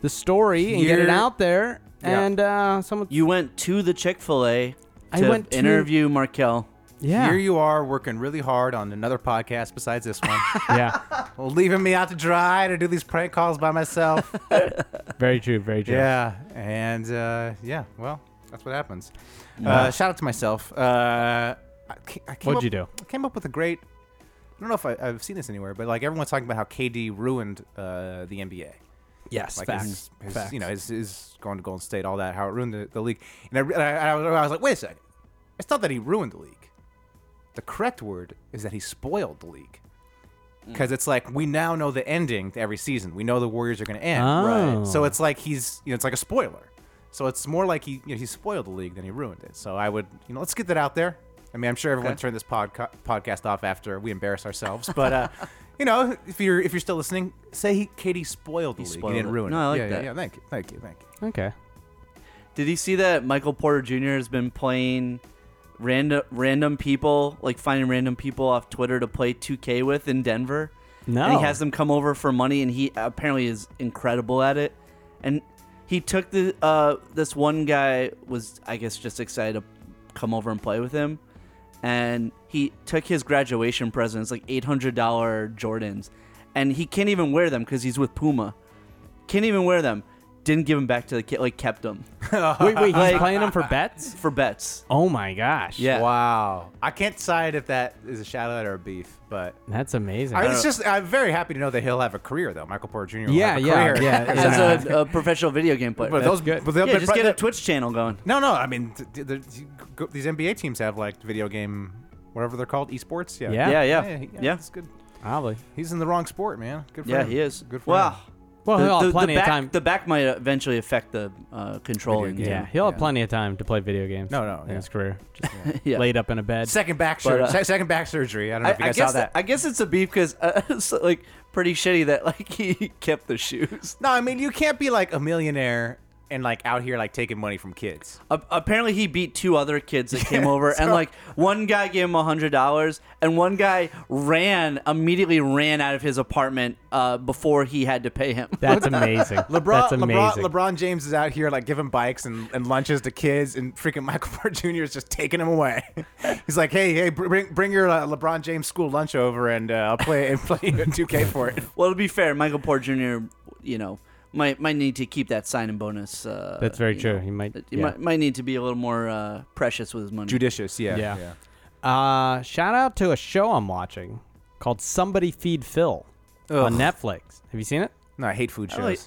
the story and get it You're- out there. Yeah. And uh, someone, You went to the Chick Fil A I to went to- interview Markel. yeah, Here you are working really hard on another podcast besides this one, yeah, leaving me out to dry to do these prank calls by myself. very true, very true. yeah, and uh, yeah, well, That's what happens. Uh, shout out to myself. Uh, I ca- I came What'd up- you do? I came up with a great. I don't know if I, I've seen this anywhere, but like everyone's talking about how KD ruined uh, the NBA. Yes, Like facts. his, his, facts. you know, his, his going to Golden State, all that, how it ruined the, the league. And I, re- and I, I, was, I was like, wait a second. It's not that he ruined the league. The correct word is that he spoiled the league. Mm. Because it's like we now know the ending to every season. We know the Warriors are going to end. Oh. So it's like he's, you know, it's like a spoiler. So it's more like he, you know, he spoiled the league than he ruined it. So I would, you know, let's get that out there. I mean, I'm sure everyone turned this podca- podcast off after we embarrass ourselves, but uh, you know, if you're if you're still listening, say he, Katie spoiled the league. spoiled he didn't it. ruin No, it. I like yeah, that. Yeah, yeah, thank you, thank you, thank you. okay. Did you see that Michael Porter Jr. has been playing random random people, like finding random people off Twitter to play 2K with in Denver? No. And he has them come over for money, and he apparently is incredible at it. And he took the uh, this one guy was I guess just excited to come over and play with him, and he took his graduation present, it's like eight hundred dollar Jordans, and he can't even wear them because he's with Puma, can't even wear them. Didn't give them back to the kid, like kept them Wait, wait, he's Like- playing them for bets? for bets. Oh my gosh. Yeah. Wow, I can't decide if that is a shout out or a beef, but That's amazing. I, it's just I'm very happy to know that he'll have a career though. Michael Porter Jr. Will Yeah, have a yeah, career. yeah, yeah. As a, a professional video game player. But those, good. but they'll yeah, be- just get a they'll- Twitch channel going. No, no. I mean, th- th- th- you go- these NBA teams have like video game, whatever they're called, esports. Yeah, Yeah. Yeah, yeah, yeah. yeah. he- yeah, Yeah, It's good. Probably. He's in the wrong sport, man. Good for him. he is. Good for wow. him. Well, The, he'll the- have the plenty back, of time. the back might eventually affect the uh, controlling. Video yeah, game. he'll have Yeah. plenty of time to play video games. No, no, in yeah. his career, just Yeah. laid up in a bed. Second back But, sur- uh, se- second back surgery. I don't know I, if you I guys guess saw that. I guess it's a beef because uh, it's like pretty shitty that like he kept the shoes. no, I mean you can't be like a millionaire and like out here like taking money from kids. A- apparently, he beat two other kids that came Yeah, over, and so- like one guy gave him a hundred dollars, and one guy ran immediately ran out of his apartment uh, before he had to pay him. That's amazing. LeBron, That's amazing. LeBron, LeBron James is out here like giving bikes and, and lunches to kids, and freaking Michael Porter Jr. is just taking him away. He's like, "Hey, hey, br- bring bring your uh, LeBron James school lunch over, and uh, I'll play and play 2K for it." Well, to be fair, Michael Porter Jr. You know might might need to keep that sign and bonus. Uh, That's very you true. know, He might- He yeah. might might need to be a little more uh, precious with his money. Judicious, yeah, Yeah. Uh, shout out to a show I'm watching called Somebody Feed Phil on Netflix. Have you seen it? No, I hate food shows. I like-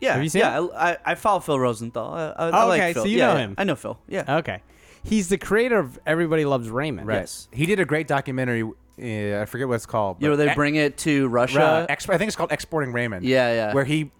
yeah, Have you seen yeah. I, I I follow Phil Rosenthal. I, I, I Oh, like okay, Phil. so you Yeah, know yeah. him. Oh. I know Phil. Yeah. Okay. He's the creator of Everybody Loves Raymond. Right. Yes. He did a great documentary. Uh, I forget what it's called. you know but- they Eh, bring it to uh, Russia. exp- I think it's called Exporting Raymond. Yeah, yeah. Where he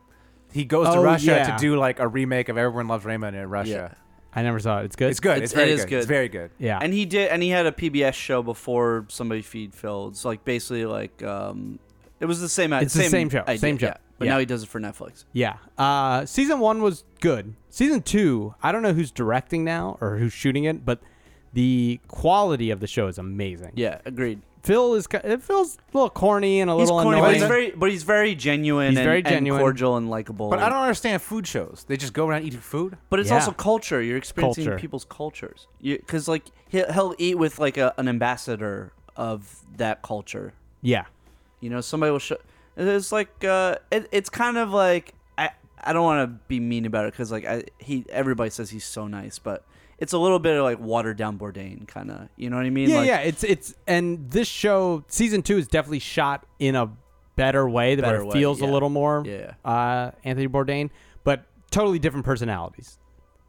he goes to Oh, Russia yeah. to do like a remake of Everyone Loves Raymond in Russia. I never saw it. It's good. It's good. It's, It's- very it is good. good. It's very good. Yeah. And he did, and he had a PBS show before somebody feed Phil. It's like basically like um, it was the same. It's the same show, idea, same show. yeah. But Yeah. now he does it for Netflix. yeah. Uh, season one was good. Season two, I don't know who's directing now or who's shooting it, but the quality of the show is amazing. Yeah, agreed. Phil is ki- it feels a little corny and a He's little corny, but annoying. he's very, but he's very genuine. He's and, very and genuine. cordial, and likable. But I and- don't understand food shows. They just go around eating food. But it's Yeah. also culture. You're experiencing Culture. people's cultures. Because like he'll, he'll eat with like a, an ambassador of that culture. yeah. You know, somebody will show. It's like uh, it, it's kind of like I I don't want to be mean about it because like I he everybody says he's so nice, but it's a little bit of like watered down Bourdain kind of. You know what I mean? Yeah, like, yeah. It's it's and this show season two is definitely shot in a better way that Better it way, feels a yeah. little more Yeah. uh Anthony Bourdain, but totally different personalities.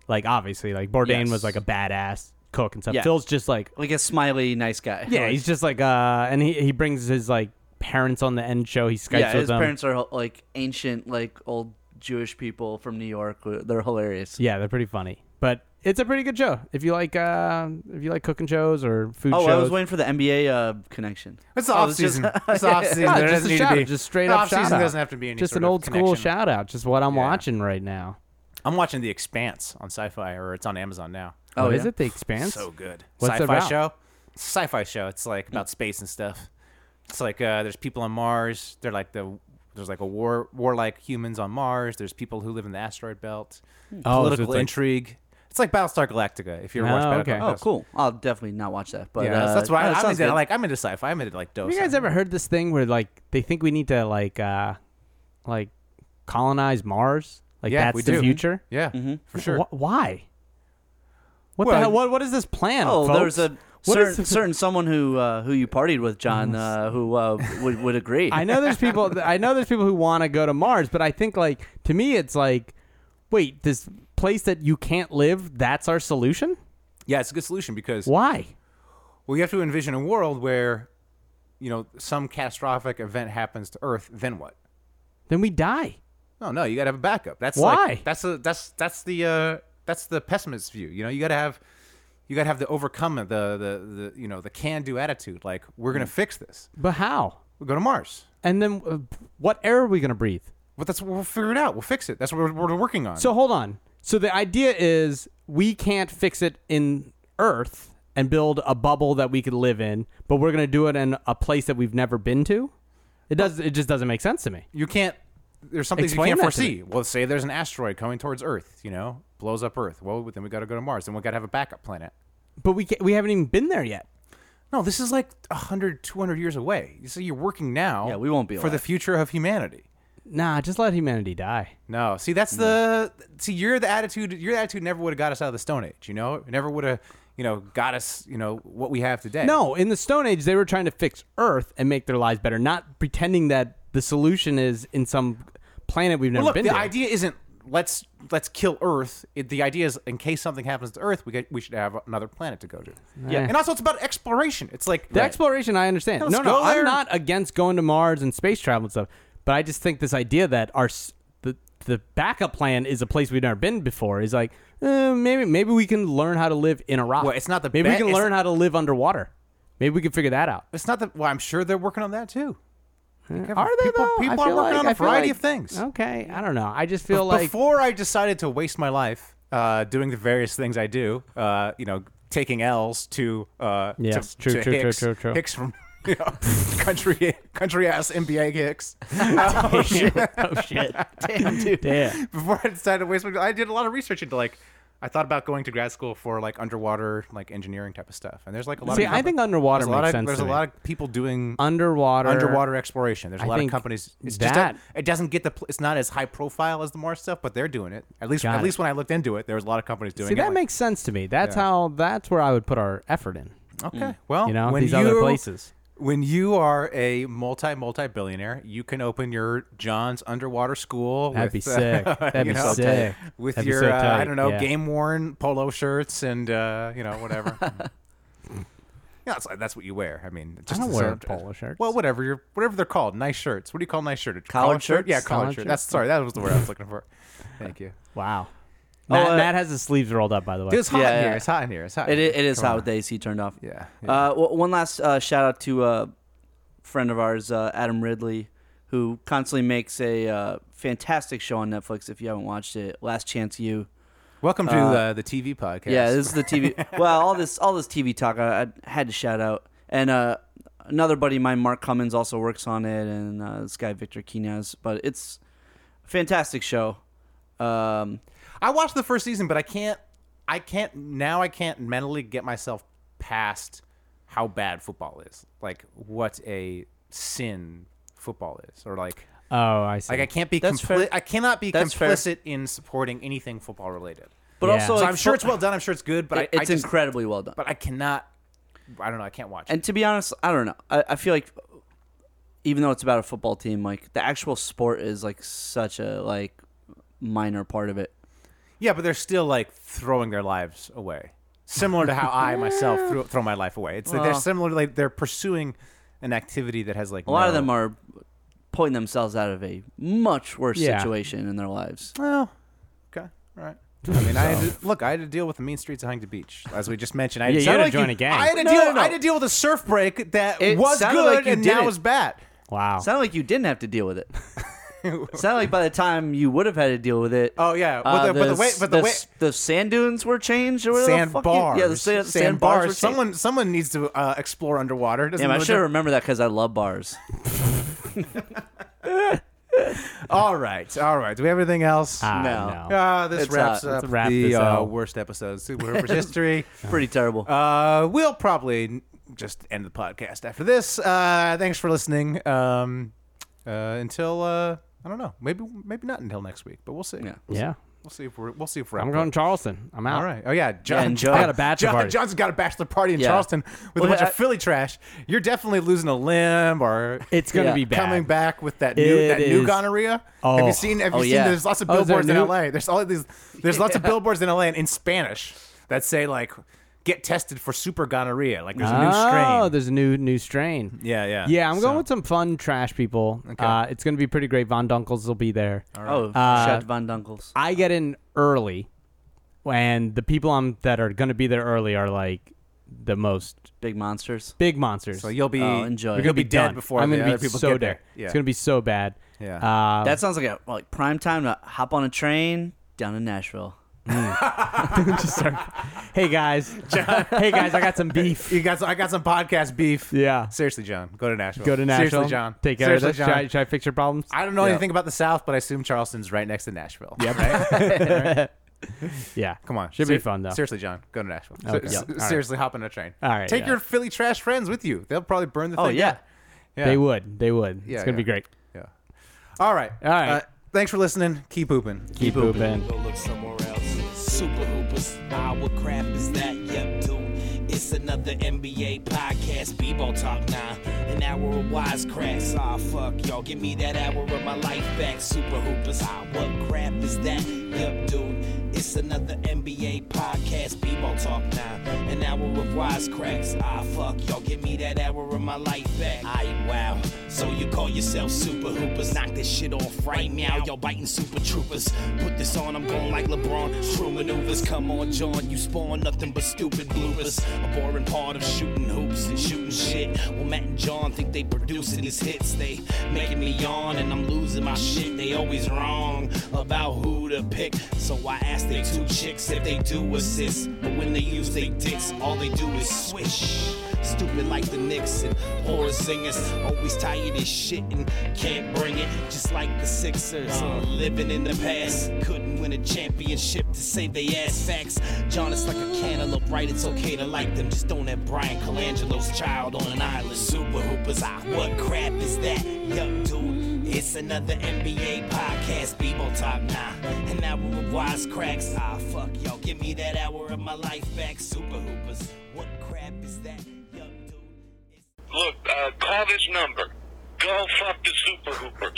Like obviously, like Bourdain Yes. was like a badass cook and stuff. Yeah. Phil's just like Like a smiley nice guy. yeah, Like- he's just like uh, and he he brings his like parents on the end show. He skypes yeah. with His them. parents are like ancient, like old Jewish people from New York. They're hilarious. Yeah, they're pretty funny, but. It's a pretty good show if you like uh, if you like cooking shows or food Oh, shows. I was waiting for the NBA uh, connection. It's the Oh, off it's just- season. It's the off season. Yeah, there just doesn't a need to shout be out, just straight the up off shout season out. doesn't have to be any just sort an of old school connection. shout out. Just what I'm Yeah. watching right now. I'm watching The Expanse on Sci-Fi, or it's on Amazon now. Oh, What yeah? is it? The Expanse. So good. What's it Sci-fi about? show. It's a sci-fi show. It's like about space and stuff. It's like uh, there's people on Mars. They're like the there's like a war warlike humans on Mars. There's people who live in the asteroid belt. Oh, so Political it's like- intrigue. It's like Battlestar Galactica. If you ever Oh, watched Battlestar okay. Oh, Galactica. cool. I'll definitely not watch that. But Yeah, uh, that's- that's why oh, that I'm sounds into good. like I'm into sci-fi. I'm into like dope. Have you guys ever heard this thing where like they think we need to like uh like colonize Mars? Like Yeah, that's we the do. future? Yeah, for sure. Wh- why? What Well, the hell? What, what is this plan? Oh, folks? there's a What is certain, this- certain someone who uh, who you partied with, John, uh, who uh, would would agree. I know there's people. I know there's people who want to go to Mars, but I think like to me, it's like, wait, this place that you can't live. That's our solution. Yeah, it's a good solution because Why? well, you have to envision a world where, you know, some catastrophic event happens to Earth. Then what? Then we die. No, no, you got to have a backup. That's Why? Like, that's a, that's that's the uh, that's the pessimist view. You know, you got to have you got to have the overcome the the the you know the can do attitude. Like we're Mm. gonna fix this. But how? We'll go to Mars. And then uh, what air are we gonna breathe? But that's we'll figure it out. We'll fix it. That's what we're, we're working on. So hold on. So the idea is we can't fix it in Earth and build a bubble that we could live in, but we're gonna do it in a place that we've never been to. It does. It just doesn't make sense to me. you can't. There's something you Explain can't that to me. foresee. Well, say there's an asteroid coming towards Earth. You know, blows up Earth. Well, then we got to go to Mars. Then we got to have a backup planet. But we can't, we haven't even been there yet. No, this is like 100, 200 years away. You see, you're working now. Yeah, we won't be for the alive. future of humanity. Nah, just let humanity die. No, see that's the see you're the attitude. Your attitude never would have got us out of the Stone Age. You know, it never would have you know got us you know what we have today. No, in the Stone Age, they were trying to fix Earth and make their lives better, not pretending that the solution is in some planet we've never Well, look, been the to. idea isn't let's let's kill Earth. It, the idea is in case something happens to Earth, we get, we should have another planet to go to. Yeah, and also it's about exploration. It's like the exploration, I understand. Let's no, no, go I'm there. not against going to Mars and space travel and stuff, but I just think this idea that our s- the the backup plan is a place we've never been before is like eh, maybe maybe we can learn how to live in a rock. Well, it's not the be- maybe we can it's- learn how to live underwater. Maybe we can figure that out. It's not that. Well, I'm sure they're working on that too. Are they people, though? I People are working feel like- on a I feel variety like- of things. Okay, I don't know. I just feel like before I decided to waste my life uh, doing the various things I do, uh, you know, taking L's to uh, Yes, to, true, to true, true, Hicks, true, true. Hicks from you know, country country ass NBA Hicks. oh shit, oh shit, damn dude, damn. before I decided to waste my, I did a lot of research into like. I thought about going to grad school for like underwater, like engineering type of stuff, and there's like a lot. See, of I think underwater there's a lot makes of, sense There's to a me. lot of people doing underwater underwater exploration. There's a I lot of think companies. It's that- just a, it doesn't get the. pl- It's not as high profile as the Mars stuff, but they're doing it. At least, Got at it. least when I looked into it, there was a lot of companies doing See, it. that like- makes sense to me. That's Yeah. how. That's where I would put our effort in. okay. Well, Mm. You know, when these you, other places. When you are a multi multi billionaire, you can open your John's underwater school. That'd with, be sick. uh, That'd you be know, sick. With That'd be your, so uh, I tight, don't know, yeah. game worn polo shirts and uh, you know whatever. Yeah, that's, that's what you wear. I mean, just don't as wear a- polo shirts. Well, whatever you're, whatever they're called, nice shirts. What do you call nice shirt? A Collared collared shirt? shirts? Yeah, collared Collared shirt. shirts. That's sorry, that was the word I was looking for. Thank you. Wow. Matt, uh, Matt has his sleeves rolled up, by the way. Dude, it's hot Yeah, in here. yeah. It's hot in here. It's hot. It, in i- it here. is Come hot on. with the AC turned off. Yeah. Uh, w- one last uh, shout out to uh, friend of ours, uh, Adam Ridley, who constantly makes a uh, fantastic show on Netflix. If you haven't watched it, Last Chance You. Welcome to uh, the, the TV podcast. Uh, Yeah, this is the TV. well, all this all this TV talk, I, I had to shout out. And uh, another buddy of mine, Mark Cummins, also works on it, and uh, this guy Victor Quinez. But it's a fantastic show. Um, I watched the first season, but I can't. I can't now. I can't mentally get myself past how bad football is. Like what a sin football is, or like oh, I see. like I can't be. Hmm. That's Compli- fair. I cannot be That's fair. complicit in supporting anything football related. but Yeah. also, So like, I'm sure it's well done. I'm sure it's good, but it- I, I it's just, incredibly well done. But I cannot. I don't know. I can't watch. it. And to be honest, I don't know. I, I feel like even though it's about a football team, like the actual sport is like such a like minor part of it. Yeah, but they're still like throwing their lives away, similar to how I myself threw, throw my life away. It's they're Well- similar. Like they're pursuing an activity that has like A lot of them are pulling themselves out of a much worse Yeah. situation in their lives. Well, okay, all right. I mean, I had to, look. I had to deal with the mean streets of Huntington Beach, as we just mentioned. I had to, Yeah, you sound had to like join a gang. I had to No, deal. no, no. I had to deal with a surf break that It was sounded good like you and did now it. is bad. wow. Sounded like you didn't have to deal with it. Sounded like by the time you would have had to deal with it. Oh, yeah. But uh, the- but the way- but the way- s- the sand dunes were changed or whatever. Sand the fuck you- bars. yeah, the sand, sand, bars. were changed. Someone, someone needs to uh, explore underwater. It doesn't Damn, I really should remember that because I love bars. All right, all right. Do we have anything else? Ah, no. no. Uh, this It's, uh, wraps let's up wrap the this uh, up. worst episode of Superhooper's history. Pretty terrible. Uh, we'll probably just end the podcast after this. Uh, thanks for listening. Um, uh, until uh, I don't know, maybe maybe not until next week, but we'll see. yeah. Yeah. We'll see if we're we'll see if we're I'm out going there. Charleston. I'm out. All right. Oh yeah, John. enjoy. I got a bachelor John, party. John's got a bachelor party in Yeah. Charleston with Well, a bunch I- of Philly trash. You're definitely losing a limb, or It's gonna Yeah. be bad. coming back with that new It that new is- gonorrhea. Have Oh. you seen? Have you Oh, seen? yeah. There's lots of Oh, is there billboards in new- L.A. There's all these. There's lots of billboards in L.A. and in Spanish that say like, "Get tested for super gonorrhea." Like there's a new strain. Oh, there's a new new strain. Yeah, yeah. Yeah, I'm So- going with some fun trash people. Uh, it's going to be pretty great. Von Dunkels will be there. Oh, shout out to Von Dunkels. I get in early, and the people I'm, that are going to be there early are like the most Big monsters. big monsters. So you'll be Oh, enjoy. You'll You'll be, dead done. before I'm the gonna other be people so get there. dead. It's going to be so bad. Yeah. Uh, that sounds like a like prime time to hop on a train down to Nashville. just start- hey guys, hey guys, I got some beef. You got some, I got some podcast beef. Yeah. Seriously, John, go to Nashville. Go to Nashville. Seriously, John, Take care Seriously, of this. John. Should I, should I fix your problems? I don't know Yeah. anything about the South, but I assume Charleston's right next to Nashville. Yeah, right? yeah. Come on. Should Ser- be fun though. Seriously, John, go to Nashville. Se- Okay. se- Yep. All right. Seriously, hop on a train. All right, Take yeah. your Philly trash friends with you. They'll probably burn the Oh thing. yeah. yeah. They would. They would. Yeah, it's going to be yeah. great. Yeah. All right. All right. Uh, thanks for listening. Keep pooping. Keep pooping. Go look somewhere else. Super Hoopers. Ah, what crap is that? Yep, dude. It's another NBA podcast, B-ball talk now. An hour of wisecracks. Ah, fuck, y'all. Give me that hour of my life back. Super Hoopers. Ah, what crap is that? Yep, dude. It's another NBA podcast, B-ball talk now. An hour of wisecracks. Ah, fuck, y'all. Give me that hour of my life back. I wow. So you call yourself Super Hoopers? Knock this shit off right now. Y'all biting Super Troopers. Put this on, I'm going like LeBron. True maneuvers. Come on, John. You spawn nothing but stupid bloopers. A boring part of shooting hoops and shooting shit. Well, Matt and John think they producing these hits. They making me yawn and I'm losing my shit. They always wrong about who to pick. So I asked they two chicks if they do assist. But when they use they dicks, all they do is swish. Stupid like the Knicks and horror singers. Always tired as shit and can't bring it. Just like the Sixers. uh, living in the past. Couldn't win a championship to save they ass facts. John is like a cantaloupe, right? It's okay to like them. Just don't have Brian Colangelo's child on an island. Super Hoopers, ah, what crap is that? Yup, dude. It's another NBA podcast, B-Ball Top 9. An hour of wisecracks. Ah, fuck, y'all. Give me that hour of my life back. Super Hoopers, what crap is that? Yup, dude. It's- Look, uh, call this number. Go fuck the Super Hoopers.